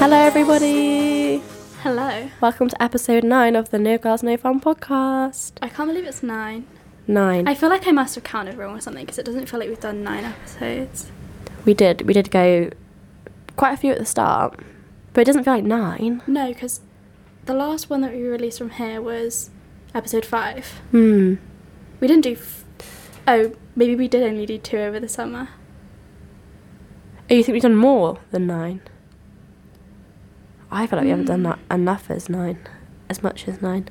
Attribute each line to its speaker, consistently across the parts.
Speaker 1: Hello, everybody.
Speaker 2: Hello.
Speaker 1: Welcome to episode nine of the No Girls No Fun podcast.
Speaker 2: I can't believe it's nine.
Speaker 1: Nine.
Speaker 2: I feel like I must have counted wrong or something because it doesn't feel like we've done nine episodes.
Speaker 1: we did. We did go quite a few at the start, but it doesn't feel like nine.
Speaker 2: No, because the last one that we released from here was episode five.
Speaker 1: Hmm.
Speaker 2: We didn't do. F- oh, maybe we did only do two over the summer.
Speaker 1: Oh, you think we've done more than nine? I feel like we haven't done
Speaker 2: Hmm.
Speaker 1: that enough as nine, as much as nine.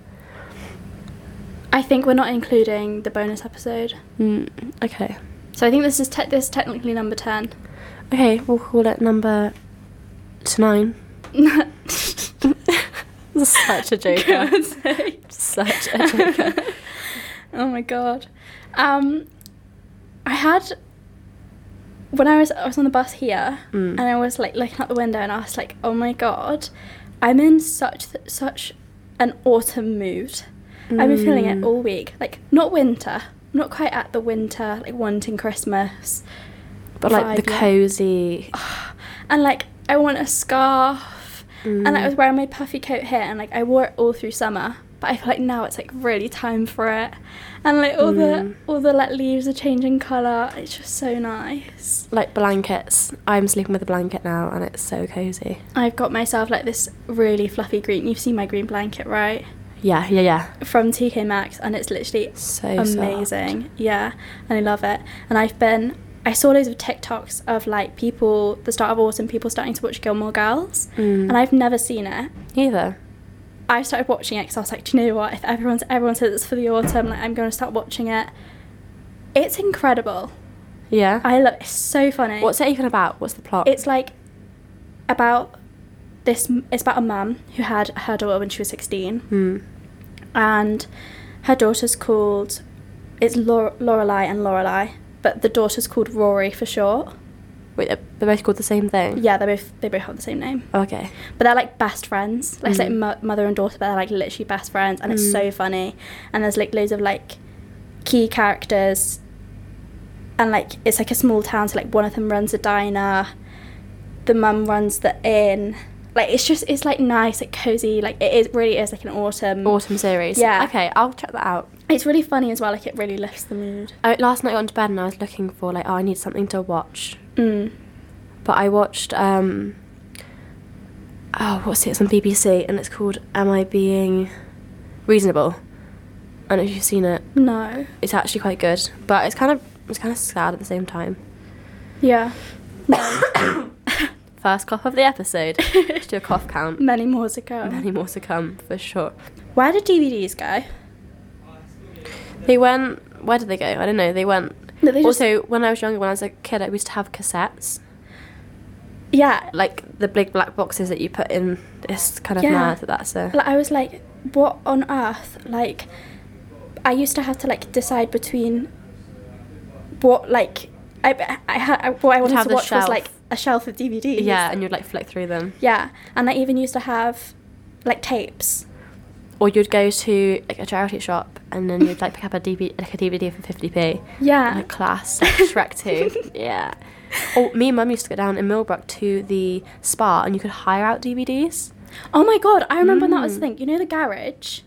Speaker 2: I think we're not including the bonus episode.
Speaker 1: Hmm. Okay.
Speaker 2: So I think this is te- this is technically number ten.
Speaker 1: Okay, we'll call it number to nine. Such a joker.
Speaker 2: God's sake.
Speaker 1: Such a joker.
Speaker 2: oh my god. Um, I had when I was I was on the bus here,
Speaker 1: Mm.
Speaker 2: and I was like looking out the window, and I was like, oh my god, I'm in such such an autumn mood. I've been feeling it
Speaker 1: Mm.
Speaker 2: all week. Like not winter, not quite at the winter, like wanting Christmas,
Speaker 1: But like the
Speaker 2: vibe yet.
Speaker 1: cozy.
Speaker 2: and like I want a scarf. And like, I was
Speaker 1: Mm.
Speaker 2: wearing my puffy coat here, and like I wore it all through summer. But I feel like now it's like really time for it, and like all
Speaker 1: Mm.
Speaker 2: the all the like leaves are changing color. It's just so nice.
Speaker 1: like blankets. I'm sleeping with a blanket now, and it's so cozy.
Speaker 2: I've got myself like this really fluffy green. You've seen my green blanket, right?
Speaker 1: Yeah, yeah, yeah.
Speaker 2: From TK Maxx, and it's literally
Speaker 1: So
Speaker 2: amazing. Yeah, and I love it. And I've been, I saw loads of TikToks of like people, the start of autumn, people starting to watch Gilmore Girls,
Speaker 1: Mm.
Speaker 2: and I've never seen it.
Speaker 1: Either.
Speaker 2: I started watching it because I was like, do you know what? If everyone's everyone says it's for the autumn, like I'm going to start watching it. It's incredible.
Speaker 1: Yeah.
Speaker 2: I love. It's so funny.
Speaker 1: What's it even about? What's the plot?
Speaker 2: It's like about this. m- It's about a mum who had her daughter when she was 16,
Speaker 1: Mm.
Speaker 2: and her daughter's called. It's Lor- Lorelai and Lorelai, but the daughter's called Rory for short.
Speaker 1: Wait, uh, they're both called the same thing.
Speaker 2: Yeah, they both they both have the same name.
Speaker 1: Okay.
Speaker 2: but they're like best friends like it's like
Speaker 1: Mm.
Speaker 2: mo- mother and daughter but they're like literally best friends and it's
Speaker 1: Mm.
Speaker 2: so funny and there's like loads of like key characters and like it's like a small town so like one of them runs a diner the mum runs the inn like it's just it's like nice like cozy like it is really is like an autumn
Speaker 1: Autumn series.
Speaker 2: Yeah.
Speaker 1: Okay, I'll check that out.
Speaker 2: it's really funny as well like it really lifts the mood
Speaker 1: I, last night I went to bed and I was looking for like, oh, I need something to watch.
Speaker 2: mm.
Speaker 1: But I watched um. Oh, what's it? It's on BBC, and it's called "Am I Being Reasonable?" I don't know if you've seen it.
Speaker 2: no
Speaker 1: It's actually quite good, but it's kind of it's kind of sad at the same time.
Speaker 2: yeah no
Speaker 1: First cough of the episode. Just do a cough count.
Speaker 2: many more to go
Speaker 1: Many more to come for sure.
Speaker 2: where did dvds go
Speaker 1: They went. Where did they go? I don't know. They went.
Speaker 2: No, they just-
Speaker 1: also, when I was younger, when I was a kid, I used to have cassettes,
Speaker 2: yeah
Speaker 1: like the big black boxes that you put in. It's kind of
Speaker 2: Yeah.
Speaker 1: mad that that's a.
Speaker 2: like I was like, what on earth? Like, I used to have to like decide between what like I I had I, what I wanted
Speaker 1: have
Speaker 2: to
Speaker 1: the
Speaker 2: watch
Speaker 1: shelf.
Speaker 2: was like a shelf of DVDs.
Speaker 1: yeah, and you'd like flick through them,
Speaker 2: yeah, and I even used to have like tapes.
Speaker 1: or you'd go to like a charity shop and then you'd like pick up a DVD, like a DVD for fifty p.
Speaker 2: Yeah.
Speaker 1: Like class, like Shrek two. yeah. Oh, me and mum used to go down in Millbrook to the spa, and you could hire out DVDs.
Speaker 2: Oh my god, I remember when that was the
Speaker 1: Mm.
Speaker 2: thing. You know the garage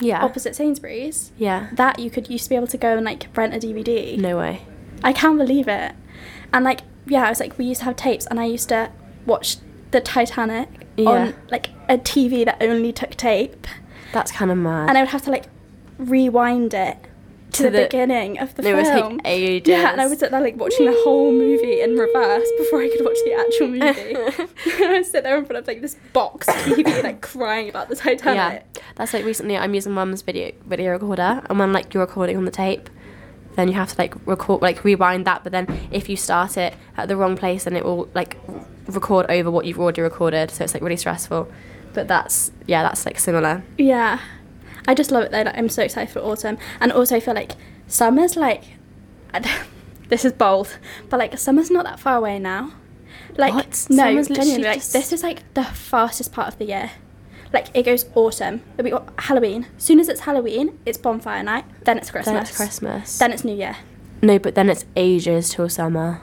Speaker 1: Yeah.
Speaker 2: opposite Sainsbury's.
Speaker 1: Yeah.
Speaker 2: That you could used to be able to go and like rent a DVD.
Speaker 1: No way.
Speaker 2: I can't believe it. And like, yeah, I was like, we used to have tapes, and I used to watch the Titanic
Speaker 1: Yeah.
Speaker 2: on like a TV that only took tape,
Speaker 1: That's kind of mad.
Speaker 2: and I would have to like rewind it
Speaker 1: To
Speaker 2: to, the,
Speaker 1: the-
Speaker 2: beginning of the
Speaker 1: it would take
Speaker 2: film.
Speaker 1: ages.
Speaker 2: Yeah, and I would sit there like watching the whole movie in reverse before I could watch the actual movie. and I'd sit there in front of like this box TV, like crying about the
Speaker 1: yeah,
Speaker 2: Titanic.
Speaker 1: that's like recently I'm using mum's video video recorder, and when like you're recording on the tape, then you have to like record like rewind that. But then if you start it at the wrong place, then it will like record over what you've already recorded. So it's like really stressful. But that's yeah, that's like similar.
Speaker 2: Yeah. I just love it though. Like, I'm so excited for autumn. And also, I feel like summer's like. this is bold, but like summer's not that far away now. Like,
Speaker 1: What?
Speaker 2: no,
Speaker 1: Summer's literally
Speaker 2: genuinely, like,
Speaker 1: just-
Speaker 2: this is like the fastest part of the year. Like, it goes autumn, it'll be au- Halloween. soon as it's Halloween, it's bonfire night, then it's Christmas.
Speaker 1: Then it's Christmas.
Speaker 2: Then it's New Year.
Speaker 1: no, but then it's ages till summer.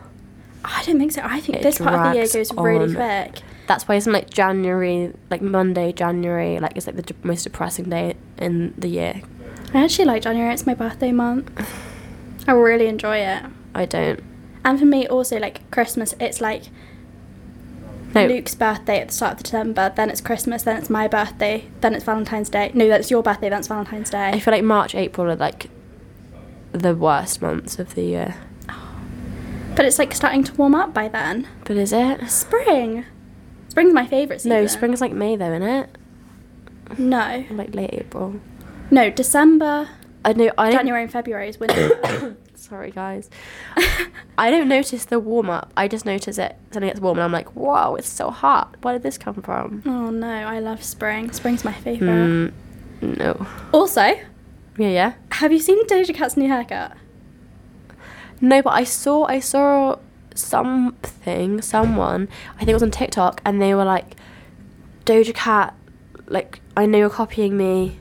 Speaker 2: I don't think so. I think
Speaker 1: It
Speaker 2: this part of the year
Speaker 1: drags
Speaker 2: goes
Speaker 1: on.
Speaker 2: really quick.
Speaker 1: That's why it's like January, like Monday, January, like it's like the de- most depressing day in the year.
Speaker 2: I actually like January. It's my birthday month. I really enjoy it.
Speaker 1: I don't.
Speaker 2: And for me, also like Christmas, it's like
Speaker 1: No,
Speaker 2: Luke's birthday at the start of December, then it's Christmas, then it's my birthday, then it's Valentine's Day. No, that's your birthday, then it's Valentine's Day.
Speaker 1: I feel like March, April are like the worst months of the year.
Speaker 2: but it's like starting to warm up by then.
Speaker 1: But is it?
Speaker 2: Spring. Spring's my favourite season.
Speaker 1: No, spring's like May though, isn't it?
Speaker 2: No.
Speaker 1: Like late April.
Speaker 2: No, December,
Speaker 1: I know. I don't-
Speaker 2: January, and February is winter.
Speaker 1: Sorry, guys. I don't notice the warm up. I just notice it suddenly gets warm, and I'm like, "Wow, it's so hot. Where did this come from?"
Speaker 2: Oh no, I love spring. Spring's my favourite.
Speaker 1: Mm, no.
Speaker 2: Also,
Speaker 1: Yeah, yeah.
Speaker 2: have you seen Doja Cat's new haircut?
Speaker 1: No, but I saw I saw something, someone. I think it was on TikTok, and they were like, "Doja Cat, like I know you're copying me,"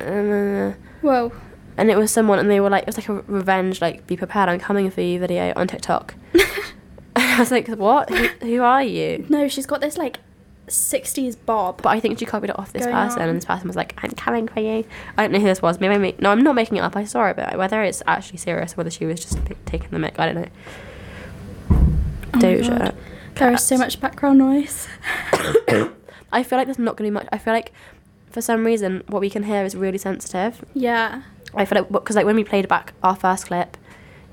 Speaker 1: Uh,
Speaker 2: Whoa.
Speaker 1: and it was someone, and they were like, "It was like a revenge, like be prepared, I'm coming for you" video on TikTok. I was like, "What? Who, who are you?"
Speaker 2: no, she's got this like 60s bob.
Speaker 1: But I think she copied it off this
Speaker 2: Going
Speaker 1: person,
Speaker 2: on.
Speaker 1: and this person was like, "I'm coming for you." I don't know who this was. Maybe I make, no, I'm not making it up. I saw it, but whether it's actually serious, or whether she was just t- taking the mic, I don't know.
Speaker 2: Oh my
Speaker 1: Doja.
Speaker 2: God. There is so
Speaker 1: Cat.
Speaker 2: much background noise.
Speaker 1: I feel like there's not going to be much. I feel like for some reason what we can hear is really sensitive.
Speaker 2: yeah.
Speaker 1: I feel like because like when we played back our first clip,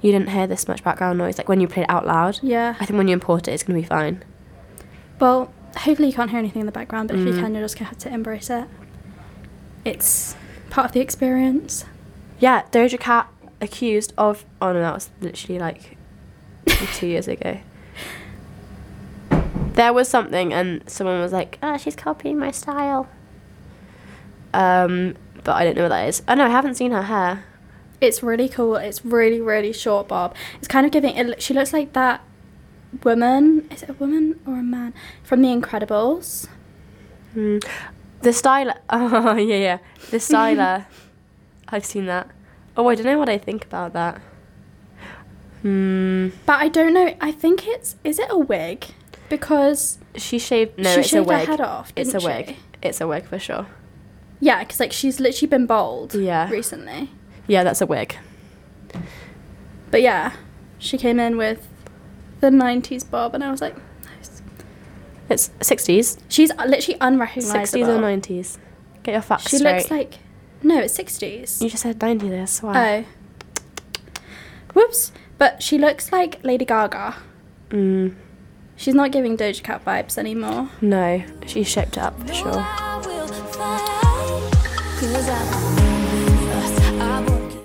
Speaker 1: you didn't hear this much background noise. Like when you played it out loud.
Speaker 2: Yeah.
Speaker 1: I think when you import it, it's going to be fine.
Speaker 2: Well, hopefully you can't hear anything in the background, but if
Speaker 1: Mm.
Speaker 2: you can, you're just going to have to embrace it. It's part of the experience.
Speaker 1: Yeah, Doja Cat accused of. Oh no, that was literally like two years ago. There was something, and someone was like, "Ah, she's copying my style." Um, but I don't know what that is. Oh no, I haven't seen her hair.
Speaker 2: It's really cool. It's really, really short bob. It's kind of giving. It, she looks like that woman. Is it a woman or a man from The Incredibles?
Speaker 1: Mm. The styler. Oh, yeah, yeah. The styler. I've seen that. Oh, I don't know what I think about that. Hmm.
Speaker 2: But I don't know. I think it's. Is it a wig? Because
Speaker 1: She shaved. No,
Speaker 2: She
Speaker 1: it's
Speaker 2: shaved
Speaker 1: a
Speaker 2: her
Speaker 1: wig.
Speaker 2: head off,
Speaker 1: it's a
Speaker 2: didn't
Speaker 1: wig.
Speaker 2: she?
Speaker 1: It's a wig for sure.
Speaker 2: yeah, because like she's literally been bald.
Speaker 1: Yeah.
Speaker 2: Recently,
Speaker 1: Yeah, that's a wig.
Speaker 2: but yeah, she came in with the '90s bob, and I was like, nice.
Speaker 1: It's 60s.
Speaker 2: She's literally
Speaker 1: 60s
Speaker 2: unrecognizable.
Speaker 1: or 90s. Get your facts
Speaker 2: She
Speaker 1: straight.
Speaker 2: looks like. No, it's 60s.
Speaker 1: You just said 90 there, I swear.
Speaker 2: Oh. Whoops. But she looks like Lady Gaga. Oh.
Speaker 1: Mm,
Speaker 2: She's not giving Doja Cat vibes anymore.
Speaker 1: no, she shaped it up for
Speaker 3: Sure.
Speaker 1: sure.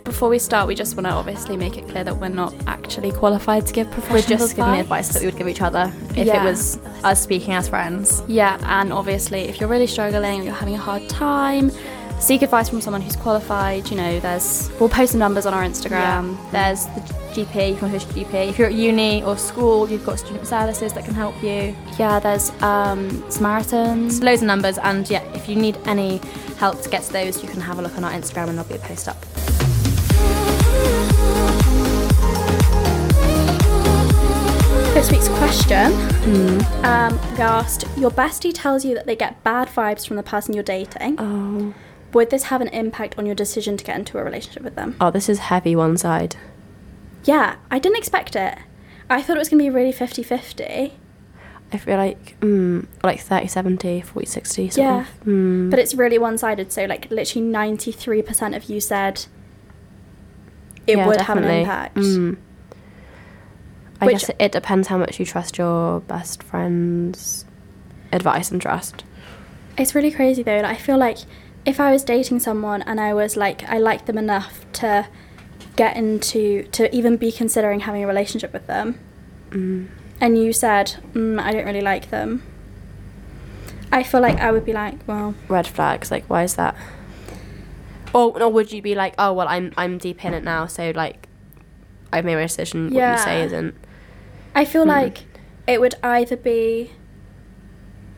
Speaker 4: Before we start, we just want to obviously make it clear that we're not actually qualified to give professional
Speaker 1: We're just giving the
Speaker 4: advice.
Speaker 1: advice that we would give each other if
Speaker 4: Yeah.
Speaker 1: it was us speaking as friends.
Speaker 4: Yeah, and obviously, if you're really struggling or you're having a hard time, seek advice from someone who's qualified. You know, there's we'll post the numbers on our Instagram.
Speaker 1: There's the GP, you can go to GP. If you're at uni or school, you've got student services that can help you.
Speaker 4: Yeah, there's um, Samaritans.
Speaker 1: There's loads of numbers, and yeah, if you need any help to get to those, you can have a look on our Instagram and there'll be a post up.
Speaker 2: This week's question
Speaker 1: Mm.
Speaker 2: um, we asked Your bestie tells you that they get bad vibes from the person you're dating.
Speaker 1: Oh.
Speaker 2: Would this have an impact on your decision to get into a relationship with them?
Speaker 1: Oh, this is heavy one side.
Speaker 2: Yeah, I didn't expect it. I thought it was going to be really 50 50,
Speaker 1: I feel like, mm, like 30 70, 40 60. Sort
Speaker 2: Yeah.
Speaker 1: Of. Mm.
Speaker 2: but it's really one sided. So, like, literally 93% of you said it
Speaker 1: Yeah,
Speaker 2: would
Speaker 1: definitely.
Speaker 2: have an impact.
Speaker 1: Mm. I
Speaker 2: Which-
Speaker 1: guess it depends how much you trust your best friend's advice and trust.
Speaker 2: It's really crazy though. Like, I feel like if I was dating someone and I was like, I liked them enough to get into, to even be considering having a relationship with them,
Speaker 1: Mm.
Speaker 2: and you said, mm, I don't really like them, I feel like I would be like, well,
Speaker 1: Red flags, like why is that? Or, or would you be like, oh well, I'm I'm deep in it now, so like, I've made my decision. What
Speaker 2: Yeah.
Speaker 1: you say isn't.
Speaker 2: I feel
Speaker 1: Mm.
Speaker 2: like it would either be,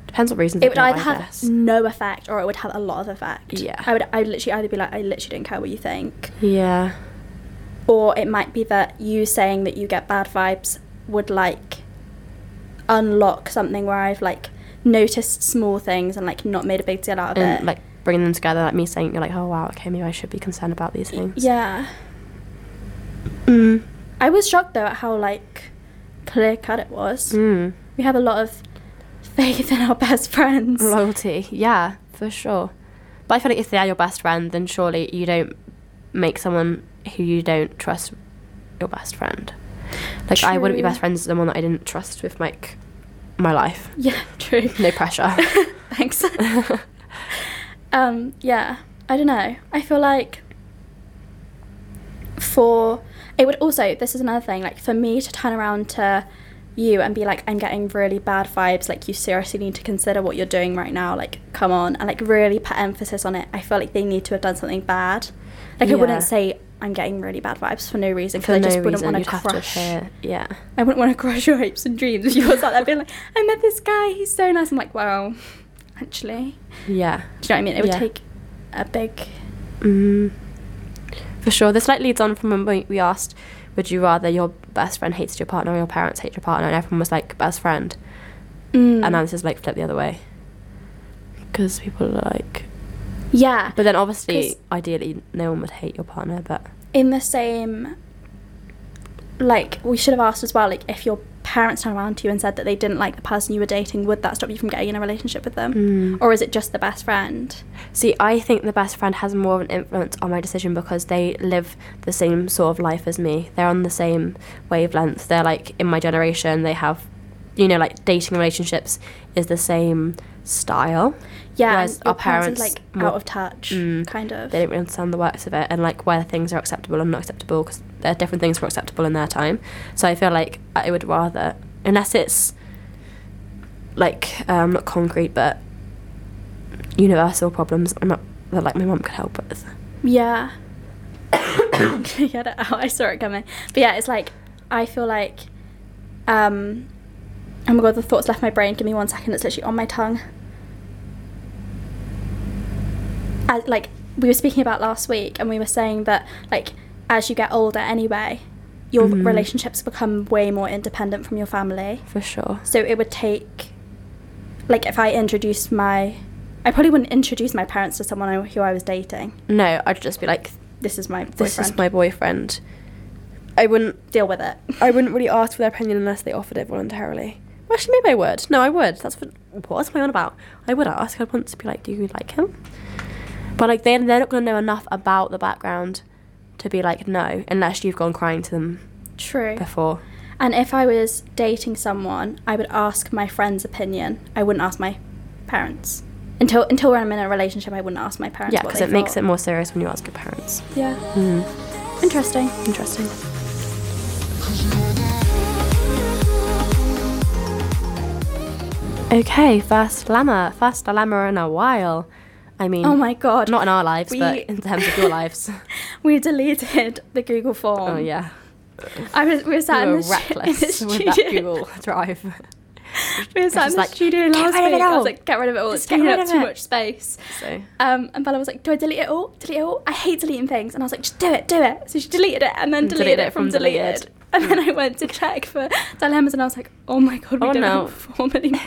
Speaker 1: Depends what reasons.
Speaker 2: it would
Speaker 1: do,
Speaker 2: either
Speaker 1: I
Speaker 2: have
Speaker 1: guess.
Speaker 2: no effect or it would have a lot of effect.
Speaker 1: Yeah.
Speaker 2: I would, I would literally either be like, I literally don't care what you think,
Speaker 1: Yeah.
Speaker 2: or it might be that you saying that you get bad vibes would like unlock something where I've like noticed small things and like not made a big deal out of
Speaker 1: and
Speaker 2: it.
Speaker 1: like bringing them together, like me saying, you're like, oh wow, okay, maybe I should be concerned about these things.
Speaker 2: yeah,
Speaker 1: Mm.
Speaker 2: I was shocked though at how like clear cut it was.
Speaker 1: Mm.
Speaker 2: We have a lot of faith in our best friends.
Speaker 1: Loyalty, yeah, for sure. But I feel like if they are your best friend, then surely you don't make someone who you don't trust your best friend. Like I wouldn't be
Speaker 2: True.
Speaker 1: best friends with someone that I didn't trust with like my life.
Speaker 2: Yeah, true.
Speaker 1: No pressure.
Speaker 2: Thanks. um, yeah, I don't know. I feel like for it would also this is another thing like for me to turn around to you and be like I'm getting really bad vibes like you seriously need to consider what you're doing right now like come on and like really put emphasis on it I feel like they need to have done something bad like I
Speaker 1: Yeah.
Speaker 2: wouldn't say I'm getting really bad vibes for no reason
Speaker 1: For
Speaker 2: because I just
Speaker 1: no
Speaker 2: wouldn't
Speaker 1: reason,
Speaker 2: want
Speaker 1: you'd
Speaker 2: to
Speaker 1: have to
Speaker 2: crush
Speaker 1: appear. Yeah.
Speaker 2: I wouldn't want to crush your hopes and dreams if you was out there being like, I met this guy, he's so nice. I'm like, wow, actually.
Speaker 1: Yeah.
Speaker 2: Do you know what I mean? It would
Speaker 1: Yeah.
Speaker 2: take a big.
Speaker 1: Mm. For sure. This like leads on from when we- we asked, would you rather your best friend hates your partner or your parents hate your partner? And everyone was like, best friend.
Speaker 2: Mm.
Speaker 1: And now this is like flipped the other way. Because people are like.
Speaker 2: Yeah.
Speaker 1: But then obviously,
Speaker 2: 'Cause-
Speaker 1: ideally, no one would hate your partner, but.
Speaker 2: in the same. Like, we should have asked as well, like, if your parents turned around to you and said that they didn't like the person you were dating, would that stop you from getting in a relationship with them?
Speaker 1: Mm.
Speaker 2: Or is it just the best friend?
Speaker 1: See, I think the best friend has more of an influence on my decision because they live the same sort of life as me. They're on the same wavelength. They're like in my generation. They have, you know, like dating relationships is the same style.
Speaker 2: Yeah.
Speaker 1: Whereas
Speaker 2: and your
Speaker 1: our parents,
Speaker 2: are, like,
Speaker 1: more-
Speaker 2: out of touch,
Speaker 1: Mm.
Speaker 2: kind of.
Speaker 1: They don't really understand the works of it and like where things are acceptable and not acceptable because there are different things were acceptable in their time. So I feel like I would rather, unless it's like um, not concrete but universal problems, I'm not that like my mum could help with.
Speaker 2: Yeah. Get it out. I saw it coming. But yeah, it's like I feel like um oh my god, the thoughts left my brain. Give me one second, it's literally on my tongue. As, like we were speaking about last week and we were saying that like as you get older anyway, your
Speaker 1: Mhm.
Speaker 2: relationships become way more independent from your family.
Speaker 1: For sure.
Speaker 2: So it would take, like, if I introduced my, I probably wouldn't introduce my parents to someone I, who I was dating.
Speaker 1: No, I'd just be like,
Speaker 2: This is my boyfriend.
Speaker 1: this is my boyfriend. I wouldn't.
Speaker 2: deal with it.
Speaker 1: I wouldn't really ask for their opinion unless they offered it voluntarily. Well, actually, maybe I would. No, I would. That's what. What's my on about? I would ask. I'd want to be like, do you like him? But like, they they're not gonna know enough about the background to be like, no, unless you've gone crying to them
Speaker 2: True.
Speaker 1: before.
Speaker 2: And if I was dating someone, I would ask my friend's opinion. I wouldn't ask my parents. Until until I'm in a relationship, I wouldn't ask my parents.
Speaker 1: Yeah,
Speaker 2: what
Speaker 1: because
Speaker 2: they
Speaker 1: it makes
Speaker 2: thought.
Speaker 1: it more serious when you ask your parents.
Speaker 2: Yeah.
Speaker 1: Mm.
Speaker 2: Interesting.
Speaker 1: Interesting. Okay, first llama, first llama in a while. I mean,
Speaker 2: Oh my god.
Speaker 1: not in our lives, but
Speaker 2: We-
Speaker 1: in terms of your lives.
Speaker 2: We deleted the Google form.
Speaker 1: oh yeah,
Speaker 2: Um, I was we were
Speaker 1: we
Speaker 2: sat in
Speaker 1: were
Speaker 2: the stu- in
Speaker 1: reckless
Speaker 2: the
Speaker 1: with that
Speaker 2: studio-
Speaker 1: Google Drive.
Speaker 2: We were
Speaker 1: It's
Speaker 2: sat
Speaker 1: just
Speaker 2: in the
Speaker 1: like,
Speaker 2: studio
Speaker 1: "Get
Speaker 2: last
Speaker 1: rid of
Speaker 2: week.
Speaker 1: it
Speaker 2: I
Speaker 1: all.
Speaker 2: was like, get rid of it all.
Speaker 1: Just
Speaker 2: it's
Speaker 1: get
Speaker 2: taking
Speaker 1: rid
Speaker 2: up
Speaker 1: of
Speaker 2: too
Speaker 1: it."
Speaker 2: much space.
Speaker 1: So
Speaker 2: Um, and Bella was like, "Do I delete it all? Delete it all? I hate deleting things." And I was like, "Just do it, do it." So she deleted it and then
Speaker 1: And
Speaker 2: deleted, it from deleted.
Speaker 1: deleted.
Speaker 2: And then I went to check for dilemmas, and I was like, "Oh my god, we
Speaker 1: Oh
Speaker 2: don't
Speaker 1: no.
Speaker 2: have a form anymore."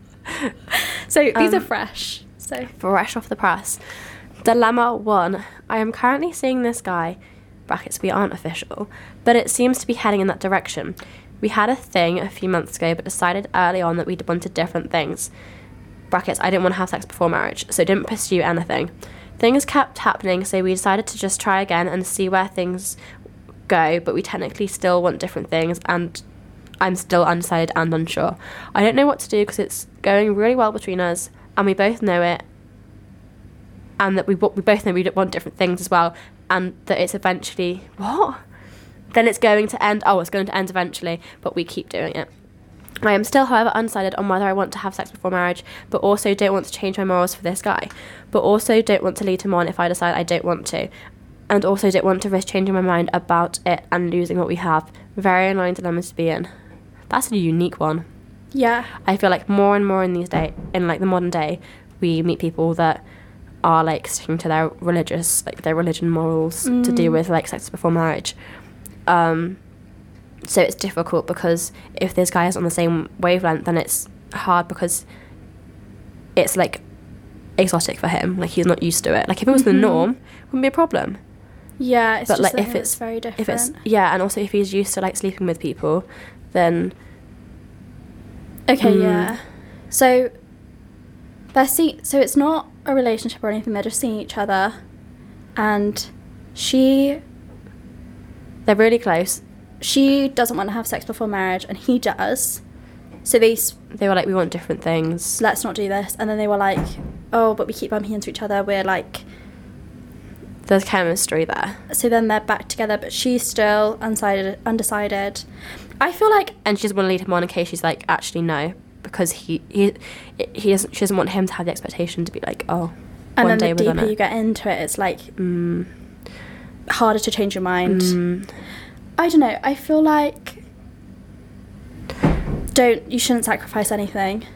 Speaker 2: so these are
Speaker 1: Um,
Speaker 2: fresh. So
Speaker 1: fresh off the press. Dilemma one. I am currently seeing this guy, brackets we aren't official, but it seems to be heading in that direction. We had a thing a few months ago, but decided early on that we wanted different things. Brackets, I didn't want to have sex before marriage, so didn't pursue anything. Things kept happening, so we decided to just try again and see where things go, but we technically still want different things and I'm still undecided and unsure. I don't know what to do because it's going really well between us and we both know it and that we, bo- we both know we want different things as well and that it's eventually what? Then it's going to end. Oh, it's going to end eventually, but we keep doing it. I am still, however, undecided on whether I want to have sex before marriage, but also don't want to change my morals for this guy, but also don't want to lead him on if I decide I don't want to, and also don't want to risk changing my mind about it and losing what we have. Very annoying dilemmas to be in. That's a unique one.
Speaker 2: yeah,
Speaker 1: I feel like more and more in these day, in like the modern day, we meet people that are like sticking to their
Speaker 2: Mm.
Speaker 1: religious, like their religion morals to do with like sex before marriage. Um, so it's difficult because if this guy is on the same wavelength then it's hard because it's like exotic for him like he's not used to it like if it was
Speaker 2: Mhm.
Speaker 1: the norm it wouldn't be a problem
Speaker 2: Yeah, it's
Speaker 1: but
Speaker 2: just
Speaker 1: like
Speaker 2: that
Speaker 1: if it's
Speaker 2: very different.
Speaker 1: if it's yeah and also if he's used to like sleeping with people then
Speaker 2: Okay,
Speaker 1: Mm.
Speaker 2: yeah. So they're see so it's not a relationship or anything, they're just seeing each other and she
Speaker 1: they're really close
Speaker 2: she doesn't want to have sex before marriage and he does. So they s-
Speaker 1: they were like we want different things
Speaker 2: let's not do this and then they were like, Oh, but we keep bumping into each other, we're like
Speaker 1: there's chemistry there
Speaker 2: so then they're back together but she's still undecided undecided. I feel like
Speaker 1: and she doesn't want to lead him on in case she's like actually no because he he he doesn't she doesn't want him to have the expectation to be like oh
Speaker 2: and
Speaker 1: one
Speaker 2: then
Speaker 1: day
Speaker 2: the
Speaker 1: we're
Speaker 2: deeper
Speaker 1: gonna
Speaker 2: you get into it it's like
Speaker 1: mm,
Speaker 2: harder to change your mind.
Speaker 1: mm.
Speaker 2: I don't know. I feel like don't you shouldn't sacrifice anything.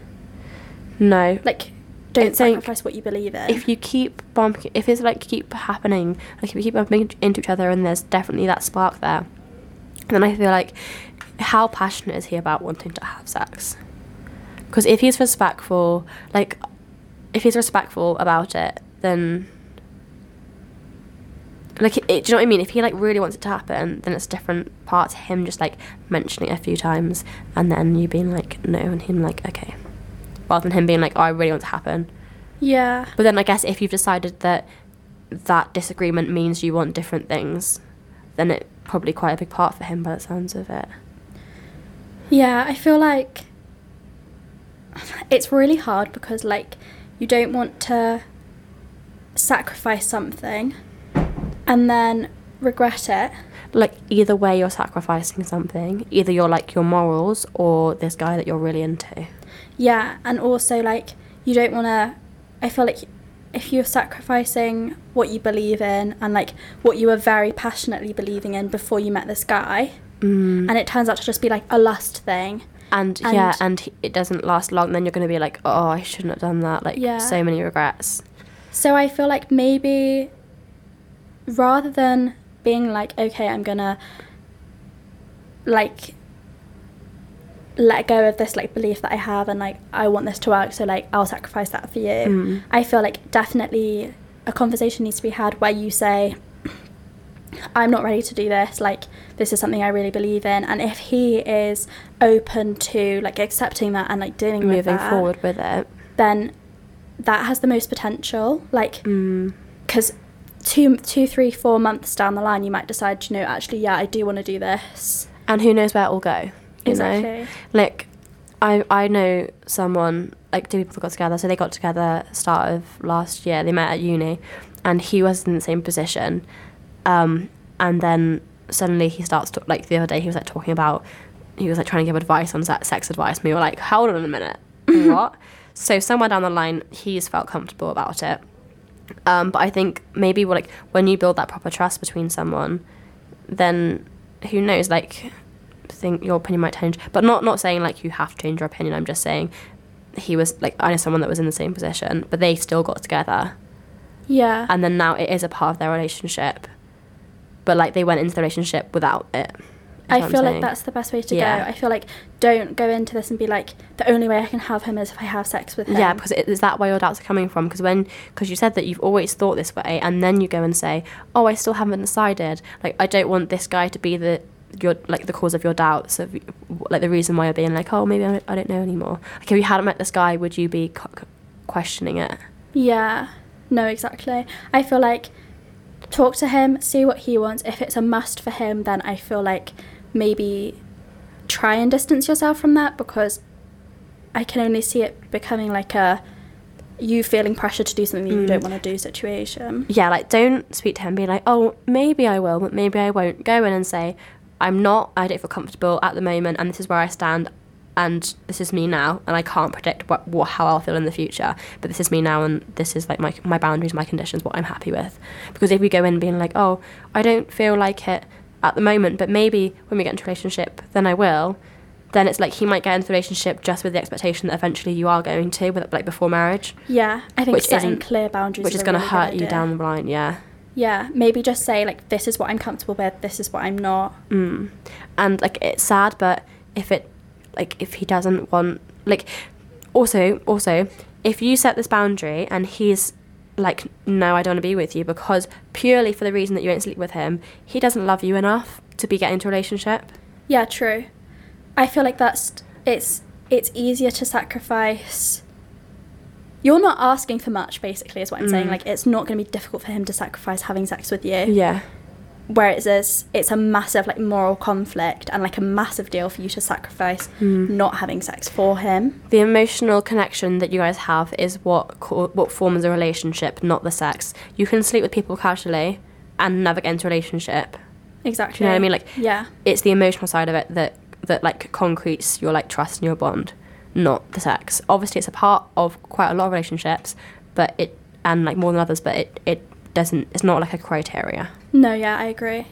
Speaker 1: no
Speaker 2: Like don't
Speaker 1: It's like-
Speaker 2: sacrifice what you believe in.
Speaker 1: if you keep bumping if it's like keep happening like if you keep bumping into each other and there's definitely that spark there then i feel like how passionate is he about wanting to have sex because if he's respectful like if he's respectful about it then like it, it- do you know what I mean? If he like really wants it to happen, then it's a different part to him just like mentioning it a few times, and then you being like no, and him like okay, rather than him being like oh I really want it to happen.
Speaker 2: yeah,
Speaker 1: But then I guess if you've decided that that disagreement means you want different things, then it probably quite a big part for him by the sounds of it.
Speaker 2: yeah, I feel like it's really hard because like you don't want to sacrifice something and then regret it.
Speaker 1: Like either way you're sacrificing something. Either you're like your morals or this guy that you're really into.
Speaker 2: Yeah, and also like you don't want to. I feel like if you're sacrificing what you believe in and like what you were very passionately believing in before you met this guy,
Speaker 1: Mm.
Speaker 2: and it turns out to just be like a lust thing.
Speaker 1: And, yeah,
Speaker 2: and-
Speaker 1: and he- it doesn't last long, then you're going to be like, oh, I shouldn't have done that. Like,
Speaker 2: Yeah.
Speaker 1: so many regrets.
Speaker 2: So I feel like maybe rather than being like, okay, I'm gonna like let go of this like belief that I have and like I want this to work, so like I'll sacrifice that for you.
Speaker 1: Mm.
Speaker 2: I feel like definitely a conversation needs to be had where you say, I'm not ready to do this, like this is something I really believe in and if he is open to like accepting that and like dealing with
Speaker 1: Moving
Speaker 2: that,
Speaker 1: forward with it.
Speaker 2: then that has the most potential. Like,
Speaker 1: Mm.
Speaker 2: because two, two, three, four months down the line, you might decide, you know, actually, yeah, I do want to do this.
Speaker 1: And who knows where it will go. You know?
Speaker 2: Exactly.
Speaker 1: like I I know someone like two people that got together. So they got together start of last year. They met at uni, and he was in the same position. Um, and then suddenly he starts to, like the other day he was like talking about he was like trying to give advice on se- sex advice. And we were like, hold on a minute, what? So somewhere down the line, he's felt comfortable about it. Um, but I think maybe well, like when you build that proper trust between someone, then who knows? Like, think your opinion might change, but not not saying like you have to change your opinion. I'm just saying he was like I know someone that was in the same position, but they still got together,
Speaker 2: Yeah.
Speaker 1: and then now it is a part of their relationship. But like they went into the relationship without it. is what
Speaker 2: I
Speaker 1: I'm
Speaker 2: feel like
Speaker 1: saying.
Speaker 2: that's the best way to
Speaker 1: Yeah.
Speaker 2: go. I feel like don't go into this and be like, the only way I can have him is if I have sex with him.
Speaker 1: Yeah, because it is that where your doubts are coming from. Because when, because you said that you've always thought this way, and then you go and say, "Oh, I still haven't decided. Like, I don't want this guy to be the your like the cause of your doubts of like the reason why you're being like, oh, maybe I, I don't know anymore. Like, if you hadn't met this guy, would you be cu- cu- questioning it?
Speaker 2: Yeah. No, exactly. I feel like talk to him, see what he wants. If it's a must for him, then I feel like maybe try and distance yourself from that because I can only see it becoming like a you feeling pressure to do something that you
Speaker 1: Mm.
Speaker 2: don't want to do situation.
Speaker 1: yeah, like don't speak to him. Be like, oh, maybe I will, but maybe I won't. Go in and say, I'm not. I don't feel comfortable at the moment, and this is where I stand, and this is me now, and I can't predict what, what how I'll feel in the future. But this is me now, and this is like my my boundaries, my conditions, what I'm happy with. Because if we go in being like, oh, I don't feel like it at the moment, but maybe when we get into a relationship, then I will. Then it's like he might get into the relationship just with the expectation that eventually you are going to, with like before marriage,
Speaker 2: Yeah, I think
Speaker 1: Which
Speaker 2: setting
Speaker 1: isn't-
Speaker 2: clear boundaries
Speaker 1: which is
Speaker 2: going to
Speaker 1: hurt you down the line. Yeah.
Speaker 2: yeah, maybe just say like this is what I'm comfortable with, this is what I'm not.
Speaker 1: Mm. And like it's sad, but if it like if he doesn't want like also also if you set this boundary and he's like no I don't want to be with you because purely for the reason that you won't sleep with him he doesn't love you enough to be getting into a relationship
Speaker 2: Yeah, true. I feel like that's it's it's easier to sacrifice. You're not asking for much, basically, is what I'm saying.
Speaker 1: Mm.
Speaker 2: Like, it's not going to be difficult for him to sacrifice having sex with you.
Speaker 1: yeah
Speaker 2: Whereas it's it's a massive like moral conflict and like a massive deal for you to sacrifice
Speaker 1: Mm.
Speaker 2: not having sex for him.
Speaker 1: the emotional connection that you guys have is what co- what forms a relationship not the sex you can sleep with people casually and never get into a relationship
Speaker 2: Exactly.
Speaker 1: Do you know what I mean? Like-
Speaker 2: yeah,
Speaker 1: it's the emotional side of it that that like concretes your like trust and your bond, not the sex. Obviously, it's a part of quite a lot of relationships, but it and like more than others, but it it doesn't. It's not like a criteria.
Speaker 2: No, yeah, I agree.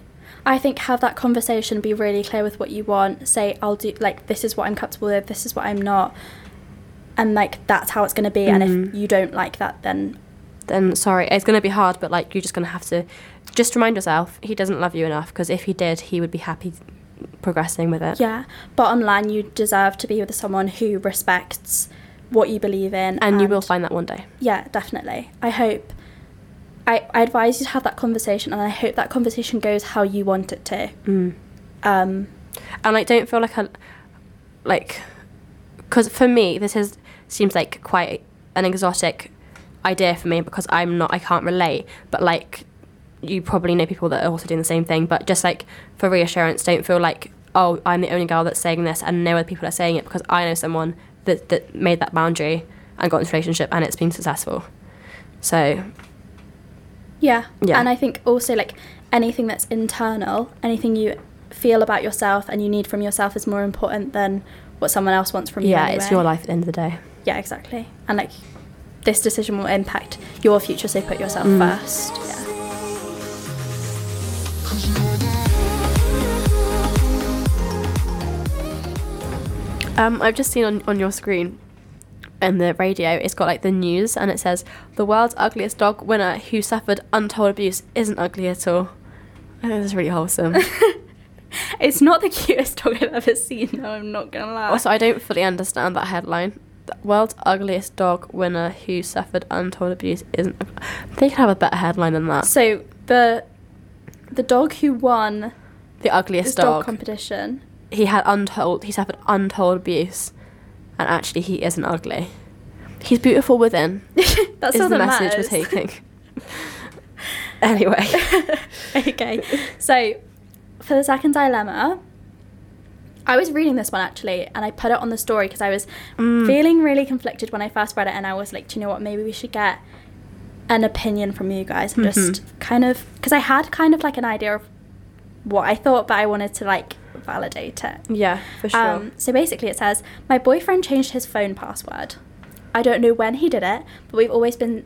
Speaker 2: I think have that conversation, be really clear with what you want. Say, I'll do, like, this is what I'm comfortable with, this is what I'm not. And, like, that's how it's going to be. And if
Speaker 1: Mhm.
Speaker 2: you don't like that, then
Speaker 1: Then sorry, it's gonna be hard, but like you're just gonna have to just remind yourself he doesn't love you enough because if he did, he would be happy progressing with it.
Speaker 2: yeah. Bottom line, you deserve to be with someone who respects what you believe in.
Speaker 1: and you will find that one day.
Speaker 2: Yeah, definitely. I hope. I, I advise you to have that conversation, and I hope that conversation goes how you want it to.
Speaker 1: Mm.
Speaker 2: Um,
Speaker 1: and like don't feel like a like because for me this is seems like quite an exotic idea for me because i'm not i can't relate but like you probably know people that are also doing the same thing but just like for reassurance don't feel like oh i'm the only girl that's saying this and no other people are saying it because i know someone that, that made that boundary and got into a relationship and it's been successful so
Speaker 2: Yeah.
Speaker 1: Yeah.
Speaker 2: And I think also like anything that's internal, anything you feel about yourself and you need from yourself is more important than what someone else wants from you.
Speaker 1: yeah it's
Speaker 2: anyway.
Speaker 1: your life at the end of the day
Speaker 2: Yeah, exactly. And like this decision will impact your future, so put yourself
Speaker 1: Mm.
Speaker 2: first. Yeah.
Speaker 1: Um, I've just seen on, on your screen and the radio, it's got like the news and it says, The world's ugliest dog winner who suffered untold abuse isn't ugly at all. I think that's really
Speaker 2: Uh.
Speaker 1: wholesome.
Speaker 2: It's not the cutest dog I've ever seen, though, I'm not gonna lie.
Speaker 1: also, I don't fully understand that headline. The world's ugliest dog winner who suffered untold abuse isn't. ug- They could have a better headline than that.
Speaker 2: So the the dog who won
Speaker 1: the
Speaker 2: this
Speaker 1: ugliest
Speaker 2: dog
Speaker 1: dog.
Speaker 2: competition.
Speaker 1: he had untold. He suffered untold abuse, and actually, he isn't ugly. He's beautiful within.
Speaker 2: That's
Speaker 1: is
Speaker 2: all
Speaker 1: the
Speaker 2: that
Speaker 1: message
Speaker 2: matters.
Speaker 1: we're taking. anyway.
Speaker 2: okay. So, for the second dilemma, I was reading this one actually, and I put it on the story because I was
Speaker 1: Mm.
Speaker 2: feeling really conflicted when I first read it, and I was like, do you know what? Maybe we should get an opinion from you guys and just
Speaker 1: Mhm.
Speaker 2: kind of because I had kind of like an idea of what I thought, but I wanted to like validate it.
Speaker 1: Yeah, for sure.
Speaker 2: Um, so basically, it says, My boyfriend changed his phone password. I don't know when he did it, but we've always been.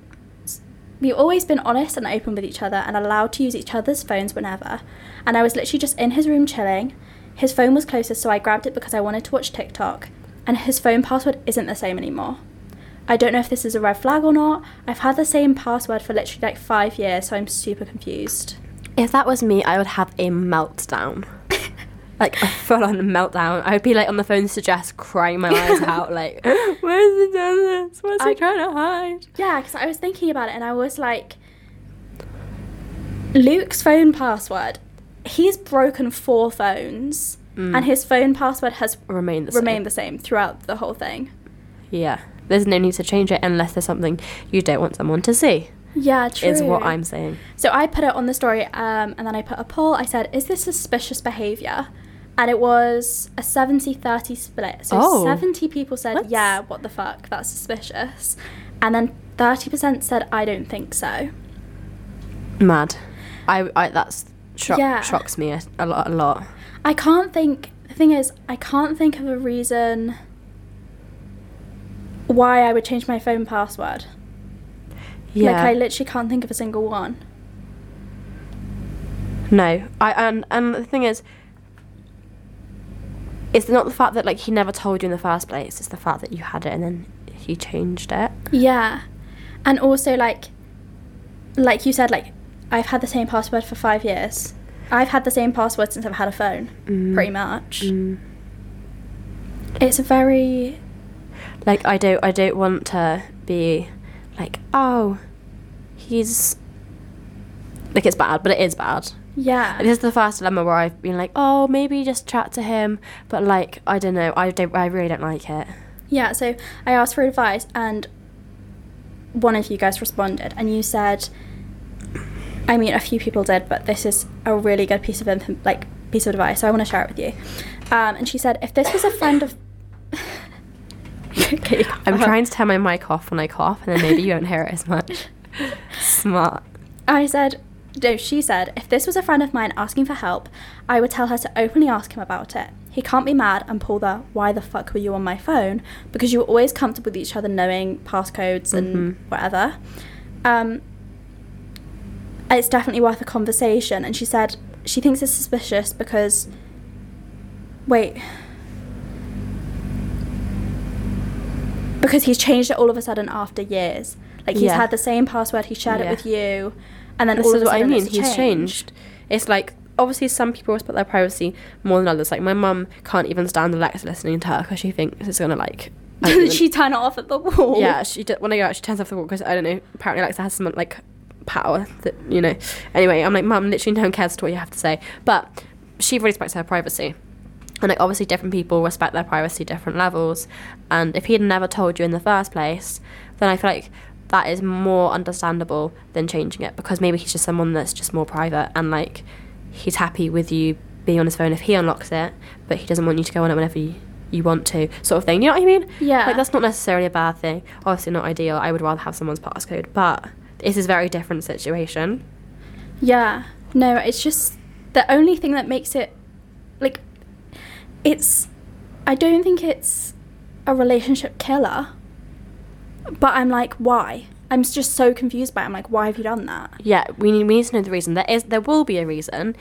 Speaker 2: We've always been honest and open with each other and allowed to use each other's phones whenever. And I was literally just in his room chilling. His phone was closest, so I grabbed it because I wanted to watch TikTok. And his phone password isn't the same anymore. I don't know if this is a red flag or not. I've had the same password for literally like five years, so I'm super confused.
Speaker 1: if that was me, I would have a meltdown. like a full on meltdown. I would be like on the phone to Jess crying my eyes out, like, where's the dentist? What's
Speaker 2: I-
Speaker 1: he trying to hide?
Speaker 2: Yeah, because I was thinking about it and I was like, Luke's phone password, he's broken four phones
Speaker 1: Mm.
Speaker 2: and his phone password has
Speaker 1: Remain the same.
Speaker 2: remained the same throughout the whole thing.
Speaker 1: Yeah. There's no need to change it unless there's something you don't want someone to see,
Speaker 2: Yeah, true.
Speaker 1: is what I'm saying.
Speaker 2: So I put it on the story um, and then I put a poll. I said, Is this suspicious behaviour? And it was a 70 30 split. So
Speaker 1: Oh.
Speaker 2: 70 people said,
Speaker 1: That's-
Speaker 2: Yeah, what the fuck, that's suspicious. And then 30% said, I don't think so.
Speaker 1: Mad. I, I that's shock,
Speaker 2: Yeah.
Speaker 1: shocks me a, a lot a lot.
Speaker 2: I can't think. The thing is, I can't think of a reason why I would change my phone password.
Speaker 1: Yeah.
Speaker 2: Like I literally can't think of a single one.
Speaker 1: No, I and and the thing is, it's not the fact that like he never told you in the first place. It's the fact that you had it and then he changed it.
Speaker 2: Yeah. And also like like you said like I've had the same password for five years. I've had the same password since I've had a phone,
Speaker 1: Mm.
Speaker 2: pretty much.
Speaker 1: Mm.
Speaker 2: It's a very
Speaker 1: Like I don't I don't want to be like, oh he's like it's bad, but it is bad.
Speaker 2: yeah.
Speaker 1: This is the first dilemma where I've been like, oh, maybe just chat to him, but like, I don't know, I don't, I really don't like it.
Speaker 2: Yeah, so I asked for advice, and one of you guys responded, and you said, I mean, a few people did, but this is a really good piece of inf- like piece of advice. So I want to share it with you. Um, and she said, if this was a friend of, Uh-huh. okay,
Speaker 1: I'm trying to turn my mic off when I cough, and then maybe you won't hear it as much. Smart.
Speaker 2: I said, no, she said, if this was a friend of mine asking for help, I would tell her to openly ask him about it. He can't be mad and pull the why the fuck were you on my phone because you were always comfortable with each other knowing passcodes and
Speaker 1: Mhm.
Speaker 2: whatever. Um, it's definitely worth a conversation. And she said she thinks it's suspicious because. Wait. Because he's changed it all of a sudden after years. Like he's
Speaker 1: Yeah.
Speaker 2: had the same password, he shared it
Speaker 1: Yeah.
Speaker 2: with you, and then
Speaker 1: this
Speaker 2: all
Speaker 1: is
Speaker 2: of a
Speaker 1: what I
Speaker 2: sudden
Speaker 1: mean.
Speaker 2: it's
Speaker 1: He's changed. It's like obviously some people respect their privacy more than others. Like my mum can't even stand Alexa listening to her because she thinks it's gonna like. I don't
Speaker 2: Did she turn it off at the wall?
Speaker 1: Yeah, she d when I go out, she turns off the wall because I don't know. Apparently, Alexa has some like power that you know. Anyway, I'm like, mum, literally no one cares at all you have to say. But she respects her privacy, and like obviously, different people respect their privacy different levels. And if he had never told you in the first place, then I feel like that is more understandable than changing it because maybe he's just someone that's just more private and like he's happy with you being on his phone if he unlocks it, but he doesn't want you to go on it whenever you, you want to, sort of thing. You know what I mean?
Speaker 2: Yeah.
Speaker 1: Like that's not necessarily a bad thing. Obviously not ideal. I would rather have someone's passcode, but this is a very different situation.
Speaker 2: Yeah. No, it's just the only thing that makes it like it's I don't think it's a relationship killer. But I'm like, why? I'm just so confused by it. I'm like, why have you done that?
Speaker 1: Yeah, we need we need to know the reason. There is there will be a reason.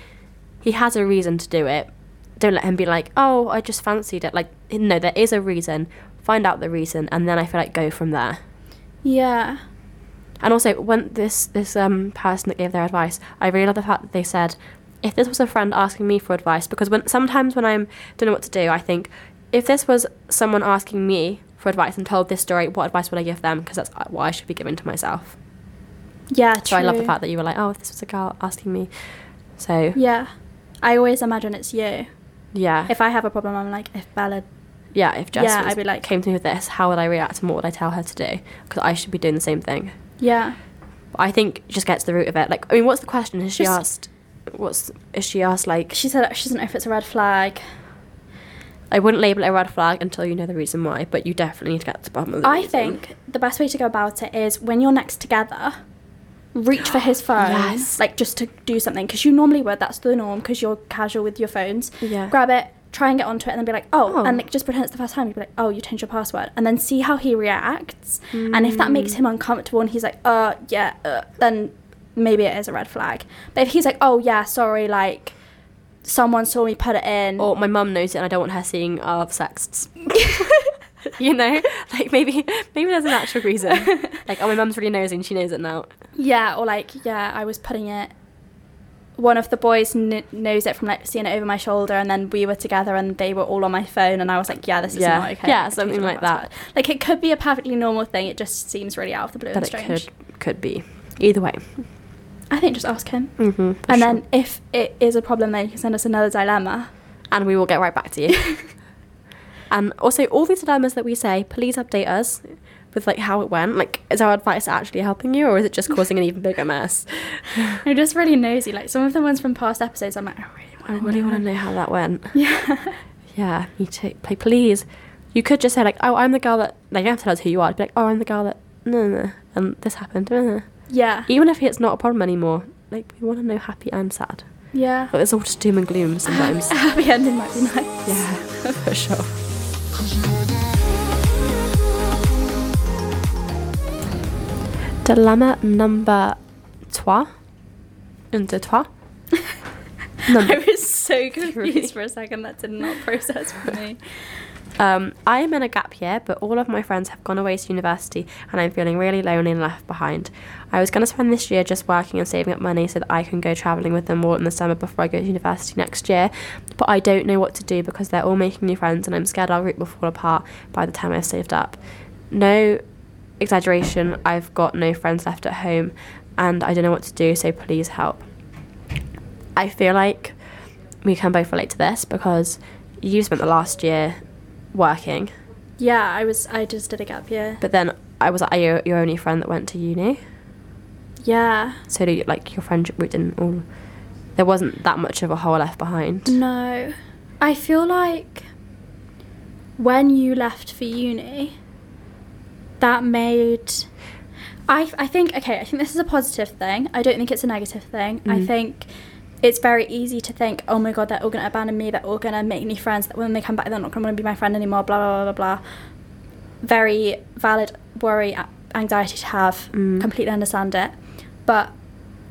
Speaker 1: He has a reason to do it. Don't let him be like, oh, I just fancied it. Like no, there is a reason. Find out the reason, and then I feel like go from there.
Speaker 2: Yeah.
Speaker 1: And also, when this this um person that gave their advice, I really love the fact that they said, if this was a friend asking me for advice, because when sometimes when I'm don't know what to do, I think if this was someone asking me for advice and told this story, what advice would I give them? Because that's uh, what I should be giving to myself.
Speaker 2: Yeah, true.
Speaker 1: So I love the fact that you were like, oh, if this was a girl asking me, so
Speaker 2: Yeah. I always imagine it's you.
Speaker 1: yeah,
Speaker 2: If I have a problem, I'm like, if Bella
Speaker 1: yeah, if Jess
Speaker 2: Yeah,
Speaker 1: was-
Speaker 2: I'd be like-
Speaker 1: came to me with this, how would I react and what would I tell her to do? Because I should be doing the same thing.
Speaker 2: Yeah.
Speaker 1: But I think just get to the root of it. Like, I mean, what's the question? Has she
Speaker 2: Just-
Speaker 1: asked? What's is she asked? Like,
Speaker 2: She said she doesn't know if it's a red flag.
Speaker 1: I wouldn't label it a red flag until you know the reason why, but you definitely need to get to the bottom of the
Speaker 2: I
Speaker 1: reason.
Speaker 2: think the best way to go about it is when you're next together, reach for his phone.
Speaker 1: Yes.
Speaker 2: Like just to do something. Because you normally would. That's the norm because you're casual with your phones.
Speaker 1: Yeah.
Speaker 2: Grab it, try and get onto it, and then be like, oh.
Speaker 1: Oh.
Speaker 2: And like just pretend it's the first time. You'd be like, oh, you changed your password. And then see how he reacts. And if that
Speaker 1: Mm.
Speaker 2: makes him uncomfortable and he's like, uh, yeah, uh, then maybe it is a red flag. But if he's like, oh, yeah, sorry, like someone saw me put it in.
Speaker 1: Or my mum knows it and I don't want her seeing our sexts. you know? Like maybe maybe there's an actual reason. Like, oh my mum's really nosy and she knows it now.
Speaker 2: Yeah, or like, yeah, I was putting it. One of the boys kn- knows it from like seeing it over my shoulder, and then we were together, and they were all on my phone, and I was like, "Yeah, this is
Speaker 1: Yeah.
Speaker 2: not okay."
Speaker 1: Yeah,
Speaker 2: I need to
Speaker 1: something
Speaker 2: change my
Speaker 1: like that.
Speaker 2: password. Like it could be a perfectly normal thing. It just seems really out of the blue and
Speaker 1: That it
Speaker 2: strange.
Speaker 1: could could be. Either way.
Speaker 2: I think just ask him,
Speaker 1: Mm-hmm, for sure.
Speaker 2: and then if it is a problem, then you can send us another dilemma.
Speaker 1: and we will get right back to you. and also, all these dilemmas that we say, please update us with like how it went. Like, is our advice actually helping you, or is it just causing an even bigger mess?
Speaker 2: I'm just really nosy. Like some of the ones from past episodes, I'm like, I
Speaker 1: I
Speaker 2: really want
Speaker 1: really want to know how that went.
Speaker 2: Yeah.
Speaker 1: Yeah, me too. Like, please, you could just say like, "Oh, I'm the girl that." Like, you don't have to tell us who you are. Be like, "Oh, I'm the girl that." No, no, no. and this happened. No, no.
Speaker 2: Yeah.
Speaker 1: Even if it's not a problem anymore, like we want to know happy and sad.
Speaker 2: Yeah.
Speaker 1: But it's all just doom and gloom sometimes.
Speaker 2: A happy ending might be nice.
Speaker 1: yeah, for sure. Dilemma number trois. Un, deux, trois. Number
Speaker 2: I was so confused
Speaker 1: Three.
Speaker 2: for a second. That did not process for me.
Speaker 1: Um, I am in a gap year, but all of my friends have gone away to university, and I'm feeling really lonely and left behind. I was going to spend this year just working and saving up money so that I can go travelling with them all in the summer before I go to university next year, but I don't know what to do because they're all making new friends, and I'm scared our group will fall apart by the time I've saved up. No exaggeration, I've got no friends left at home, and I don't know what to do, so please help. I feel like we can both relate to this because you spent the last year working,
Speaker 2: Yeah, I was. I just did a gap year.
Speaker 1: but then I was like, your, your only friend that went to uni.
Speaker 2: yeah,
Speaker 1: So do you, like your friendship group didn't all. There wasn't that much of a hole left behind.
Speaker 2: no, I feel like when you left for uni, that made. I I think okay. I think this is a positive thing. I don't think it's a negative thing. I
Speaker 1: Mhm.
Speaker 2: think it's very easy to think, oh my god, they're all gonna abandon me. They're all gonna make new friends. That when they come back, they're not gonna want to be my friend anymore. Blah blah blah blah. blah. Very valid worry, a- anxiety to have.
Speaker 1: Mm.
Speaker 2: Completely understand it, but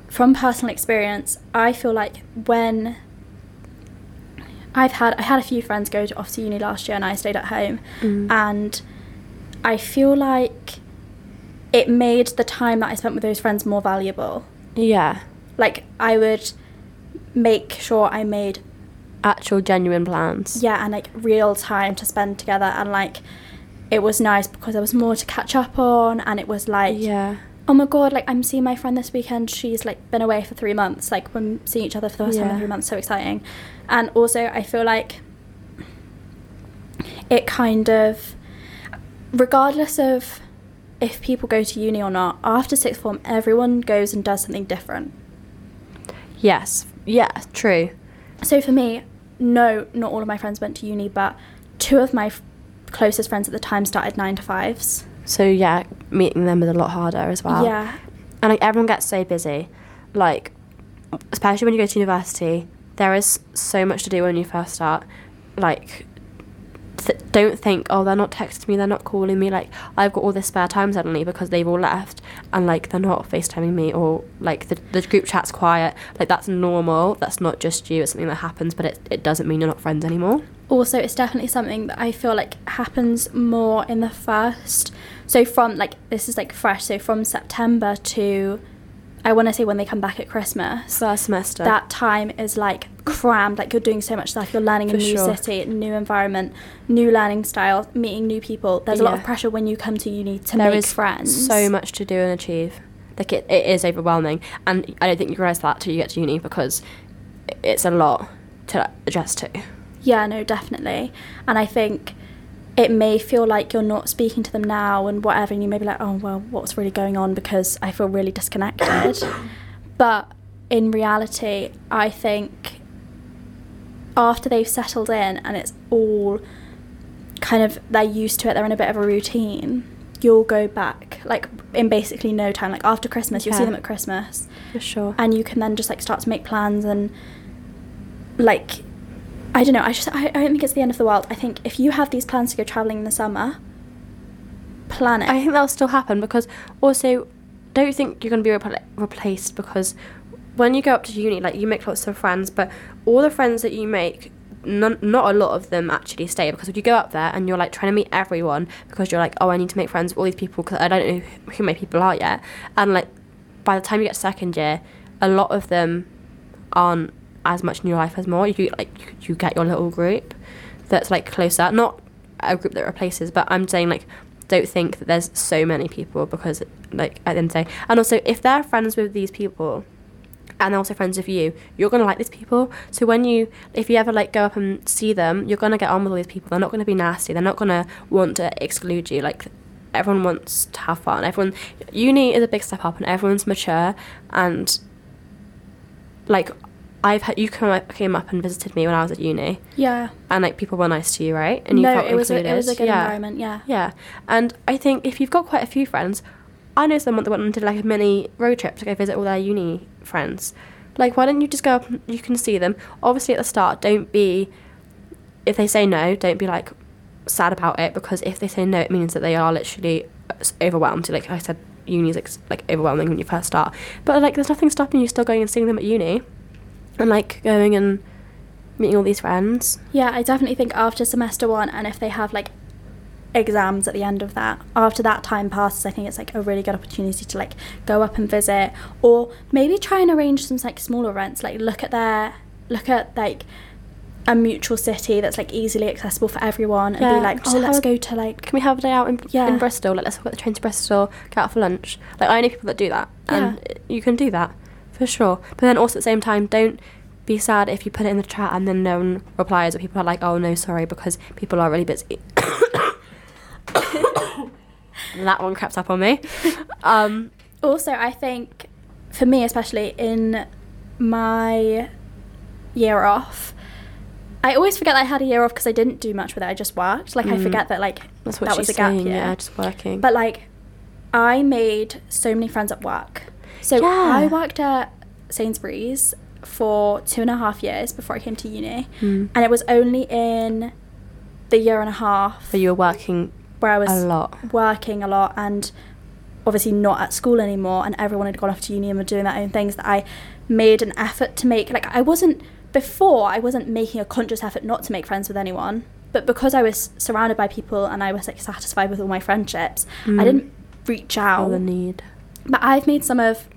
Speaker 2: from personal experience, I feel like when I've had I had a few friends go to off to uni last year, and I stayed at home,
Speaker 1: Mm.
Speaker 2: and I feel like it made the time that I spent with those friends more valuable.
Speaker 1: Yeah.
Speaker 2: Like I would make sure I made
Speaker 1: Actual genuine plans.
Speaker 2: yeah, and like real time to spend together, and like it was nice because there was more to catch up on, and it was like
Speaker 1: Yeah.
Speaker 2: oh my god, like I'm seeing my friend this weekend. She's like been away for three months. Like we're seeing each other for the first time
Speaker 1: Yeah.
Speaker 2: in three months. So exciting. And also, I feel like it kind of, regardless of if people go to uni or not, after sixth form, everyone goes and does something different.
Speaker 1: Yes. Yeah. True.
Speaker 2: So for me, no, not all of my friends went to uni, but two of my f- closest friends at the time started nine to fives.
Speaker 1: So yeah, meeting them is a lot harder as well.
Speaker 2: Yeah.
Speaker 1: and like everyone gets so busy like especially when you go to university there is so much to do when you first start like th- don't think oh they're not texting me they're not calling me like i've got all this spare time suddenly because they've all left and like they're not facetiming me or like the, the group chat's quiet like that's normal that's not just you it's something that happens but it, it doesn't mean you're not friends anymore
Speaker 2: also it's definitely something that I feel like happens more in the first so from like this is like fresh so from September to I want to say when they come back at Christmas
Speaker 1: first semester
Speaker 2: that time is like crammed like you're doing so much stuff you're learning
Speaker 1: For
Speaker 2: a new
Speaker 1: sure.
Speaker 2: city new environment new learning style meeting new people there's a lot of
Speaker 1: Yeah.
Speaker 2: pressure when you come to uni to
Speaker 1: There
Speaker 2: make
Speaker 1: is
Speaker 2: friends
Speaker 1: so much to do and achieve. Like it, it is overwhelming, and I don't think you realise that till you get to uni because i- it's a lot to adjust to.
Speaker 2: Yeah, no, definitely. And I think it may feel like you're not speaking to them now and whatever, and you may be like, oh, well, what's really going on because I feel really disconnected. but in reality, I think after they've settled in and it's all kind of they're used to it, they're in a bit of a routine, you'll go back like in basically no time. Like after Christmas, you'll see
Speaker 1: Yeah.
Speaker 2: them at Christmas
Speaker 1: For sure.
Speaker 2: and you can then just like start to make plans and like I don't know. I just I, I don't think it's the end of the world. I think if you have these plans to go traveling in the summer, plan it.
Speaker 1: I think that'll still happen because also, don't you think you're going to be repl- replaced? Because when you go up to uni, like you make lots of friends, but all the friends that you make, none, not a lot of them actually stay because if you go up there and you're like trying to meet everyone because you're like, oh, I need to make friends with all these people because I don't know who- who my people are yet, and like by the time you get to second year, a lot of them aren't as much in your life as more. You like you- you get your little group that's like closer, not a group that replaces, but I'm saying like don't think that there's so many people because like at the end of the day, and also if they're friends with these people and they're also friends with you, you're gonna like these people. So when you if you ever like go up and see them, you're gonna get on with all these people. They're not gonna be nasty. They're not gonna want to exclude you. Like everyone wants to have fun. Everyone uni is a big step up, and everyone's mature and like I've had you came up, came up and visited me when I was at uni,
Speaker 2: yeah.
Speaker 1: and like people were nice to you, right? And you
Speaker 2: no,
Speaker 1: felt
Speaker 2: it was a,
Speaker 1: included.
Speaker 2: it was a good
Speaker 1: yeah.
Speaker 2: environment. Yeah.
Speaker 1: Yeah, and I think if you've got quite a few friends, I know someone that went and did like a mini road trip to go visit all their uni friends. Like, why don't you just go up? and You can see them. Obviously, at the start, don't be. If they say no, don't be like sad about it because if they say no, it means that they are literally s- overwhelmed. Like I said, uni is like, s- like overwhelming when you first start, but like there's nothing stopping you still going and seeing them at uni, and like going and meeting all these friends.
Speaker 2: Yeah, I definitely think after semester one, and if they have like exams at the end of that, after that time passes, I think it's like a really good opportunity to like go up and visit, or maybe try and arrange some like smaller events. Like look at their look at like a mutual city that's like easily accessible for everyone, and
Speaker 1: Yeah,
Speaker 2: be like,
Speaker 1: just
Speaker 2: oh,
Speaker 1: have
Speaker 2: let's
Speaker 1: a-
Speaker 2: go to like
Speaker 1: Can we have a day out in,
Speaker 2: Yeah.
Speaker 1: in Bristol? Like, let's get the train to Bristol, go out for lunch. Like, I know people that do that, and
Speaker 2: Yeah.
Speaker 1: you can do that for sure. But then also at the same time, don't be sad if you put it in the chat and then no one replies or people are like, oh no, sorry, because people are really busy. that one crept up on me. Um,
Speaker 2: also i think for me especially in my year off i always forget that i had a year off because i didn't do much with it i just worked like i
Speaker 1: Mm.
Speaker 2: forget that like
Speaker 1: that's what
Speaker 2: that
Speaker 1: she's
Speaker 2: was a gap
Speaker 1: saying.
Speaker 2: year
Speaker 1: Yeah, just working.
Speaker 2: but like i made so many friends at work so
Speaker 1: Yeah.
Speaker 2: i worked at sainsbury's for two and a half years before i came to uni
Speaker 1: Mm.
Speaker 2: and it was only in the year and a half
Speaker 1: but you were working
Speaker 2: where I was
Speaker 1: a lot.
Speaker 2: working a lot and obviously not at school anymore and everyone had gone off to uni and were doing their own things that I made an effort to make like I wasn't before I wasn't making a conscious effort not to make friends with anyone but because I was surrounded by people and I was like satisfied with all my friendships I
Speaker 1: Mm.
Speaker 2: didn't reach out
Speaker 1: all the need.
Speaker 2: but I've made some of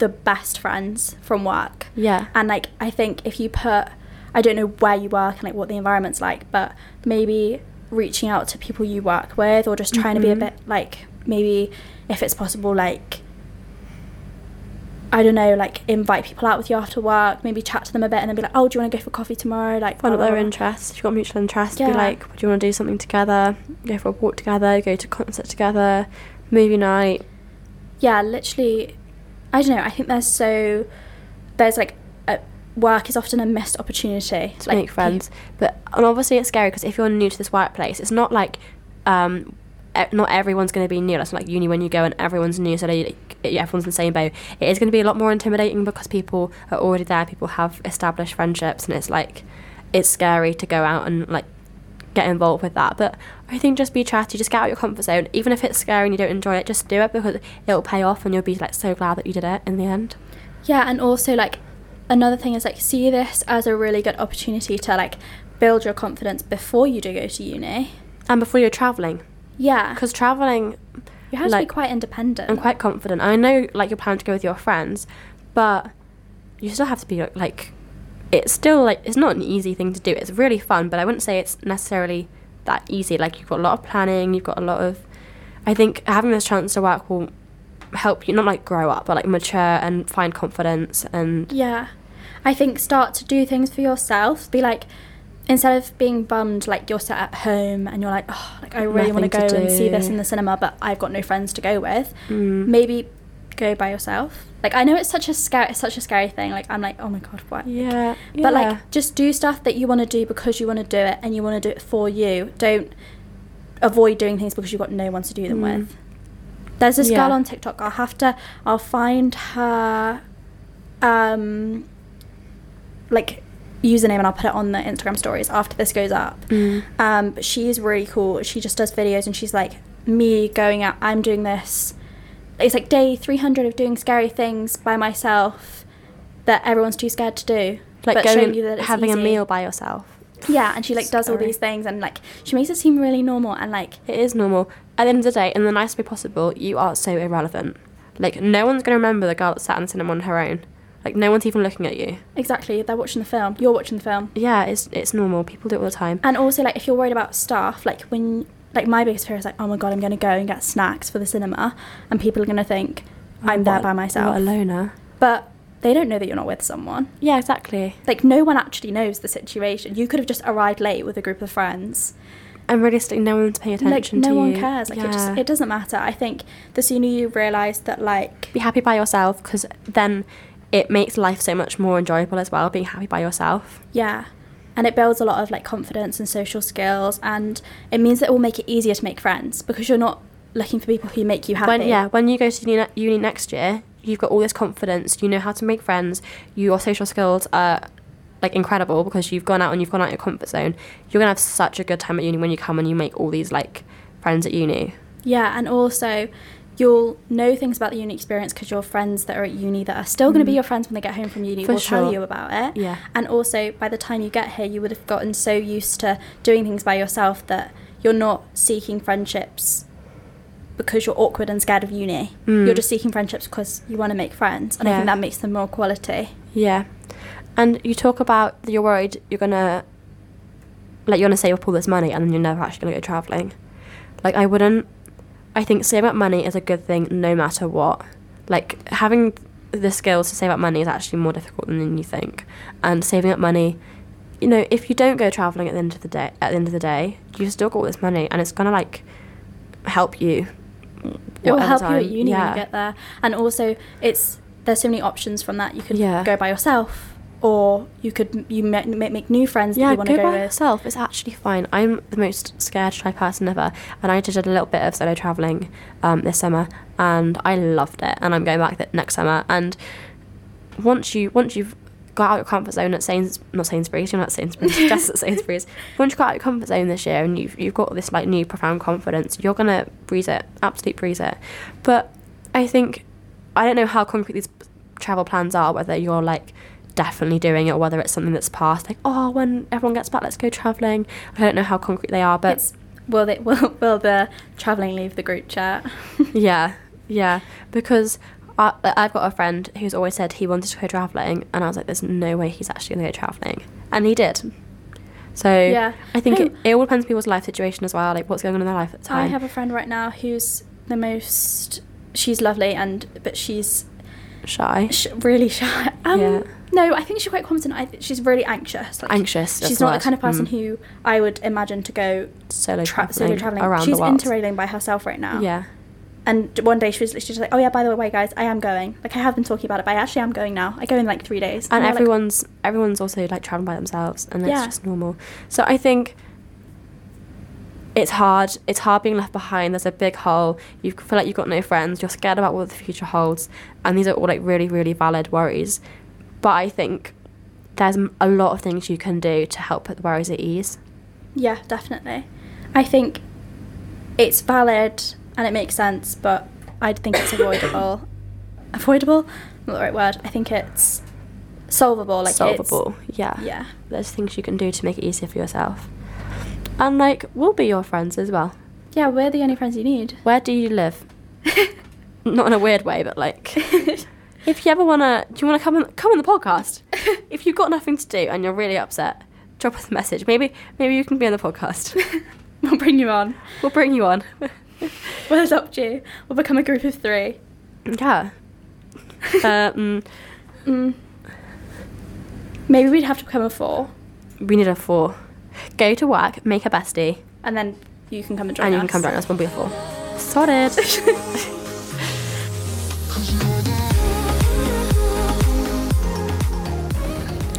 Speaker 2: the best friends from work
Speaker 1: Yeah.
Speaker 2: and like I think if you put I don't know where you work and like what the environment's like, but maybe reaching out to people you work with or just trying to be a
Speaker 1: Mhm.
Speaker 2: bit like maybe if it's possible like I don't know, like invite people out with you after work, maybe chat to them a bit and then be like, Oh, do you wanna go for coffee tomorrow? Like oh.
Speaker 1: find out
Speaker 2: blah,
Speaker 1: their
Speaker 2: blah, blah.
Speaker 1: interests. If you've got mutual interests, be
Speaker 2: Yeah.
Speaker 1: like, do you want to do something together? Go for a walk together, go to a concert together, movie night.
Speaker 2: yeah, literally, I don't know. I think there's so there's like a, work is often a missed opportunity
Speaker 1: to
Speaker 2: like,
Speaker 1: make friends. But and obviously it's scary because if you're new to this workplace, it's not like um, e- not everyone's going to be new. That's not like uni when you go and everyone's new, so they, everyone's in the same boat. It is going to be a lot more intimidating because people are already there. People have established friendships, and it's like it's scary to go out and like get involved with that. But I think just be chatty, just get out of your comfort zone. Even if it's scary and you don't enjoy it, just do it because it'll pay off, and you'll be like so glad that you did it in the end.
Speaker 2: Yeah, and also like another thing is like see this as a really good opportunity to like build your confidence before you do go to uni.
Speaker 1: And before you're traveling,
Speaker 2: Yeah,
Speaker 1: because traveling
Speaker 2: you have
Speaker 1: like-
Speaker 2: to be quite independent.
Speaker 1: I'm quite confident. I know like you're planning to go with your friends, but you still have to be like it's still like it's not an easy thing to do. It's really fun, but I wouldn't say it's necessarily that easy. Like you've got a lot of planning, you've got a lot of I think having this chance to work will help you not like grow up, but like mature and find confidence and
Speaker 2: Yeah, I think start to do things for yourself. Be like instead of being bummed like you're sat at home and you're like oh like I really want to go
Speaker 1: Nothing to
Speaker 2: and see this
Speaker 1: do.
Speaker 2: in the cinema, but I've got no friends to go with.
Speaker 1: Mm.
Speaker 2: Maybe go by yourself. Like I know it's such a scary it's such a scary thing. Like I'm like oh my god what
Speaker 1: yeah,
Speaker 2: But
Speaker 1: yeah.
Speaker 2: like, just do stuff that you want to do because you want to do it and you want to do it for you. Don't avoid doing things because you've got no one to do them
Speaker 1: Mm.
Speaker 2: with. There's this
Speaker 1: Yeah.
Speaker 2: girl on TikTok. I'll have to. I'll find her, um, like username and I'll put it on the Instagram stories after this goes up.
Speaker 1: Mm.
Speaker 2: Um, but she is really cool. She just does videos and she's like me going out. I'm doing this. It's like day 300 of doing scary things by myself that everyone's too scared to do.
Speaker 1: like
Speaker 2: but
Speaker 1: going
Speaker 2: showing you that it's
Speaker 1: having a
Speaker 2: easy.
Speaker 1: meal by yourself.
Speaker 2: Yeah, and she like does all
Speaker 1: Scary.
Speaker 2: these things and like she makes it seem really normal and like
Speaker 1: It is normal. At the end of the day, in the nicest way possible, you are so irrelevant. Like, no one's going to remember the girl that sat in the cinema on her own. Like, no one's even looking at you.
Speaker 2: exactly they're watching the film. You're watching the film.
Speaker 1: Yeah, it's, it's normal. People do it all the time.
Speaker 2: And also like if you're worried about stuff, like when like my biggest fear is like, oh my god, I'm gonna go and get snacks for the cinema and people are gonna think I'm there
Speaker 1: What-
Speaker 2: by myself.
Speaker 1: What a loner.
Speaker 2: But they don't know that you're not with someone.
Speaker 1: Yeah, exactly.
Speaker 2: Like no one actually knows the situation. You could have just arrived late with a group of friends.
Speaker 1: And realistically, no one's paying
Speaker 2: Like
Speaker 1: attention
Speaker 2: no
Speaker 1: to
Speaker 2: one
Speaker 1: you.
Speaker 2: cares. Like it just
Speaker 1: Yeah.
Speaker 2: it doesn't matter. I think the sooner you realise that like
Speaker 1: Be happy by yourself because then it makes life so much more enjoyable as well, being happy by yourself.
Speaker 2: Yeah. And it builds a lot of like confidence and social skills and it means that it will make it easier to make friends because you're not looking for people who make you happy.
Speaker 1: When, yeah, when you go to uni, uni next year, you've got all this confidence. You know how to make friends. Your social skills are like incredible because you've gone out and you've gone out of your comfort zone. You're gonna have such a good time at uni when you come and you make all these like friends at uni.
Speaker 2: Yeah, and also you'll know things about the uni experience because your friends that are at uni that are still going to be
Speaker 1: Mm.
Speaker 2: your friends when they get home from uni
Speaker 1: For
Speaker 2: will tell
Speaker 1: sure.
Speaker 2: you about it.
Speaker 1: Yeah.
Speaker 2: And also, by the time you get here, you would have gotten so used to doing things by yourself that you're not seeking friendships because you're awkward and scared of uni.
Speaker 1: Mm.
Speaker 2: You're just seeking friendships because you want to make friends, and I think
Speaker 1: Yeah.
Speaker 2: that makes them more quality.
Speaker 1: Yeah. And you talk about that you're worried you're gonna like you're gonna save up all this money and then you're never actually gonna go travelling. Like I wouldn't I think saving up money is a good thing no matter what. Like having the skills to save up money is actually more difficult than you think. And saving up money you know, if you don't go travelling at the end of the day at the end of the day, you still got all this money and it's gonna like help you.
Speaker 2: It will
Speaker 1: whatever
Speaker 2: help you at
Speaker 1: time.
Speaker 2: uni when
Speaker 1: Yeah.
Speaker 2: you get there. And also, it's there's so many options from that. You could
Speaker 1: Yeah.
Speaker 2: go by yourself, or you could you ma- ma- make new friends that
Speaker 1: Yeah,
Speaker 2: you
Speaker 1: go,
Speaker 2: want to go,
Speaker 1: by
Speaker 2: with.
Speaker 1: yourself. It's actually fine. I'm the most scared shy person ever, and I did a little bit of solo traveling um, this summer, and I loved it. And I'm going back th- next summer. And once you once you've got out of your comfort zone at Sains not Sainsbury's, you're not at Sainsbury's, just at Sainsbury's. Once you got out of your comfort zone this year, and you've you've got this like new profound confidence, you're gonna breeze it, absolute breeze it. But I think I don't know how concrete these travel plans are, whether you're like definitely doing it or whether it's something that's past, like, oh, when everyone gets back, let's go travelling. I don't know how concrete they are, but
Speaker 2: It's, will they will, will the traveling leave the group chat?
Speaker 1: yeah, yeah, because I, like, I've got a friend who's always said he wanted to go travelling, and I was like, there's no way he's actually going to go travelling, and he did. So
Speaker 2: Yeah.
Speaker 1: I think
Speaker 2: No.
Speaker 1: it, it all depends on people's life situation as well, like what's going on in their life at the time.
Speaker 2: I have a friend right now who's the most. She's lovely, and but she's
Speaker 1: shy,
Speaker 2: sh- really shy. Um,
Speaker 1: Yeah.
Speaker 2: No, I think she's quite competent. I th- she's really anxious. Like,
Speaker 1: Anxious, that's
Speaker 2: She's
Speaker 1: the
Speaker 2: not the
Speaker 1: word.
Speaker 2: kind of person
Speaker 1: Mm.
Speaker 2: who I would imagine to go
Speaker 1: solo,
Speaker 2: tra-
Speaker 1: travelling
Speaker 2: solo traveling.
Speaker 1: around
Speaker 2: she's
Speaker 1: the world.
Speaker 2: interrailing by herself right now.
Speaker 1: Yeah,
Speaker 2: And d- one day she was literally just like, "Oh yeah, by the way, guys, I am going. Like I have been talking about it, but I actually am going now. I go in like three days."
Speaker 1: and
Speaker 2: we're like,
Speaker 1: everyone's everyone's also like traveling by themselves and it's
Speaker 2: Yeah.
Speaker 1: just normal so i think it's hard it's hard being left behind there's a big hole you feel like you've got no friends you're scared about what the future holds and these are all like really really valid worries but i think there's m- a lot of things you can do to help put the worries at ease
Speaker 2: Yeah, definitely. I think it's valid and it makes sense, but I think it's avoidable. Avoidable? Not the right word. I think it's solvable. Like
Speaker 1: solvable yeah
Speaker 2: It's, yeah.
Speaker 1: there's things you can do to make it easier for yourself and like we'll be your friends as well
Speaker 2: Yeah, we're the only friends you need.
Speaker 1: where do you live not in a weird way but like If you ever wanna, do you wanna come on come on the podcast? if you've got nothing to do and you're really upset, drop us a message. Maybe maybe you can be on the podcast.
Speaker 2: we'll bring you on.
Speaker 1: we'll bring you on.
Speaker 2: We'll adopt you. We'll become a group of three.
Speaker 1: yeah. Um,
Speaker 2: Mm. Maybe we'd have to become a four,
Speaker 1: we need a four. Go to work, make a bestie,
Speaker 2: and then you can come and join
Speaker 1: and you can
Speaker 2: us.
Speaker 1: come join us. We'll be a four. Sorted.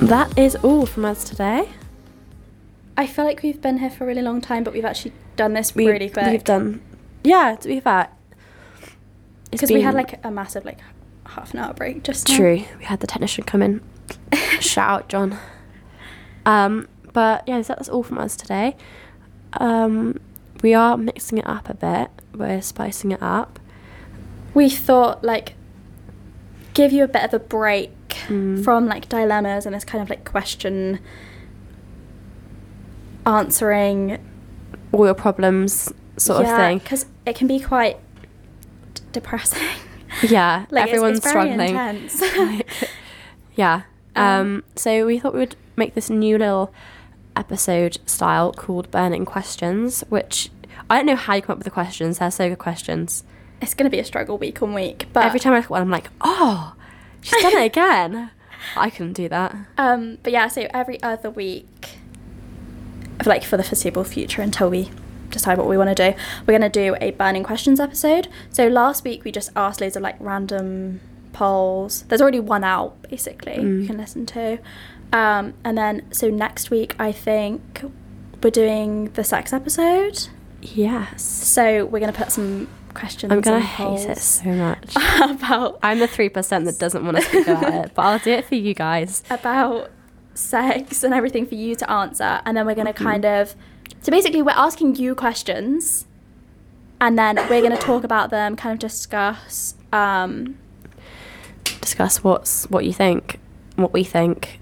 Speaker 1: that is all from us today.
Speaker 2: I feel like we've been here for a really long time, but we've actually done this
Speaker 1: We,
Speaker 2: really quick.
Speaker 1: We've done. Yeah, to be fair. it's
Speaker 2: because we had
Speaker 1: been-
Speaker 2: like a massive like half an hour break just now.
Speaker 1: True. We had the technician come in. Shout out, John. Um, but yeah, so that's all from us today. Um, we are mixing it up a bit. We're spicing it up.
Speaker 2: we thought like give you a bit of a break
Speaker 1: Mm.
Speaker 2: from like dilemmas and this kind of like question answering
Speaker 1: All your problems, sort of thing.
Speaker 2: because it can be quite d- depressing
Speaker 1: Yeah,
Speaker 2: Like, it's-
Speaker 1: everyone's
Speaker 2: it's very
Speaker 1: struggling.
Speaker 2: intense.
Speaker 1: Like, yeah. Um,
Speaker 2: Um,
Speaker 1: so we thought we would make this new little episode style called Burning Questions, which I don't know how you come up with the questions. They're so good questions.
Speaker 2: it's going to be a struggle week on week but
Speaker 1: Every time I look at one, I'm like, oh, she's done it again. I couldn't do that.
Speaker 2: um but yeah so every other week of, like for the foreseeable future until we decide what we want to do we're going to do a burning questions episode so last week we just asked loads of like random polls there's already one out basically
Speaker 1: Mm.
Speaker 2: you can listen to um and then so next week i think we're doing the sex episode
Speaker 1: Yes.
Speaker 2: so we're going to put some questions
Speaker 1: I'm gonna
Speaker 2: and
Speaker 1: hate it
Speaker 2: polls
Speaker 1: so much.
Speaker 2: about
Speaker 1: I'm the three percent that doesn't want to speak about it, but I'll do it for you guys.
Speaker 2: about sex and everything for you to
Speaker 1: Mm-hmm.
Speaker 2: answer and then we're going to
Speaker 1: Mhm.
Speaker 2: kind of so basically we're asking you questions and then we're going to talk about them, kind of discuss. Um,
Speaker 1: Discuss what's what you think, what we think.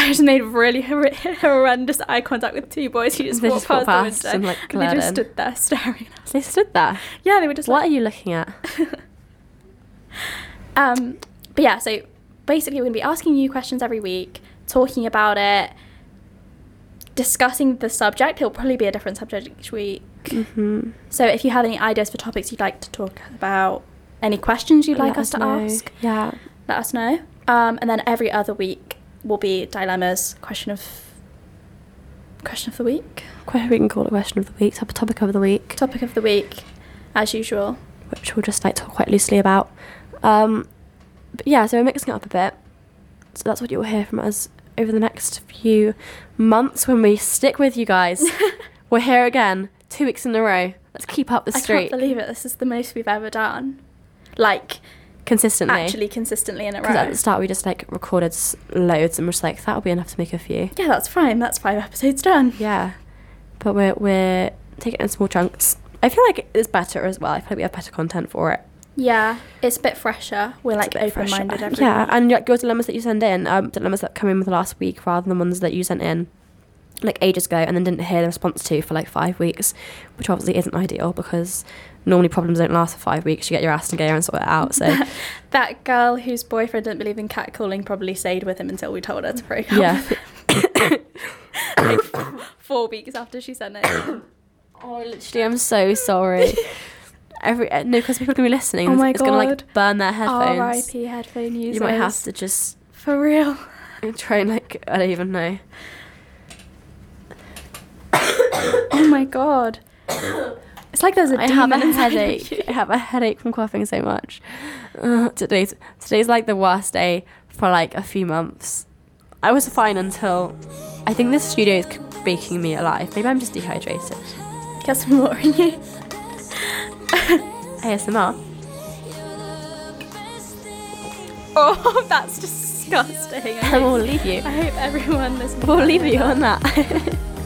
Speaker 2: I just made really hor- horrendous eye contact with two boys who just
Speaker 1: They
Speaker 2: walked
Speaker 1: just
Speaker 2: past,
Speaker 1: walked
Speaker 2: the
Speaker 1: past
Speaker 2: window
Speaker 1: and, like,
Speaker 2: and they
Speaker 1: glared
Speaker 2: just
Speaker 1: in.
Speaker 2: stood there staring at us.
Speaker 1: They stood there.
Speaker 2: Yeah, they were just
Speaker 1: what
Speaker 2: like,
Speaker 1: are you looking at?
Speaker 2: um, but yeah, so basically, we're going to be asking you questions every week, talking about it, discussing the subject. It'll probably be a different subject each week.
Speaker 1: hmm
Speaker 2: So if you have any ideas for topics you'd like to talk about, any questions you'd like
Speaker 1: Let
Speaker 2: us to
Speaker 1: know.
Speaker 2: ask,
Speaker 1: Yeah.
Speaker 2: let us know. Um, and then every other week will be dilemmas, question of question of the week,
Speaker 1: Que- We can call it question of the week, top- topic of the week,
Speaker 2: topic of the week, as usual.
Speaker 1: which we'll just like talk quite loosely about. Um, but yeah, so we're mixing it up a bit. So that's what you'll hear from us over the next few months when we stick with you guys. we're here again, two weeks in a row. Let's keep up the
Speaker 2: I
Speaker 1: streak
Speaker 2: can't believe it. This is the most we've ever done. Like
Speaker 1: consistently.
Speaker 2: actually consistently in a
Speaker 1: Because at
Speaker 2: row.
Speaker 1: the start we just like recorded s- loads and we're just like that'll be enough to make a few.
Speaker 2: yeah, that's fine. That's five episodes done.
Speaker 1: Yeah, but we're we're taking it in small chunks. I feel like it's better as well. I feel like we have better content for it.
Speaker 2: Yeah, it's a bit fresher. We're
Speaker 1: It's
Speaker 2: like
Speaker 1: a bit fresher.
Speaker 2: open-minded. every
Speaker 1: Yeah,
Speaker 2: week.
Speaker 1: and like your dilemmas that you send in, um, dilemmas that come in with last week rather than ones that you sent in like ages ago and then didn't hear the response to for like five weeks, which obviously isn't ideal because normally problems don't last for five weeks. You get your ass in gear and sort it out. So
Speaker 2: that girl whose boyfriend didn't believe in catcalling probably stayed with him until we told her to break up.
Speaker 1: yeah,
Speaker 2: Four weeks after she sent it.
Speaker 1: Oh, literally, I'm so sorry. Every uh, no, because people are gonna be listening.
Speaker 2: Oh
Speaker 1: and
Speaker 2: my
Speaker 1: it's gonna
Speaker 2: God.
Speaker 1: like burn their headphones.
Speaker 2: R.I.P. headphone users.
Speaker 1: You might have to just
Speaker 2: For real.
Speaker 1: try and like I don't even know.
Speaker 2: Oh my god. It's like there's a
Speaker 1: I have a
Speaker 2: demon inside of you.
Speaker 1: headache. I have a headache from coughing so much. Uh, today's today's like the worst day for like a few months. I was fine until I think this studio is c- baking me alive. Maybe I'm just dehydrated.
Speaker 2: Get some water in you.
Speaker 1: ASMR.
Speaker 2: Oh, that's disgusting. I
Speaker 1: And
Speaker 2: hope,
Speaker 1: we'll leave you.
Speaker 2: I hope everyone listening.
Speaker 1: We'll leave you on that.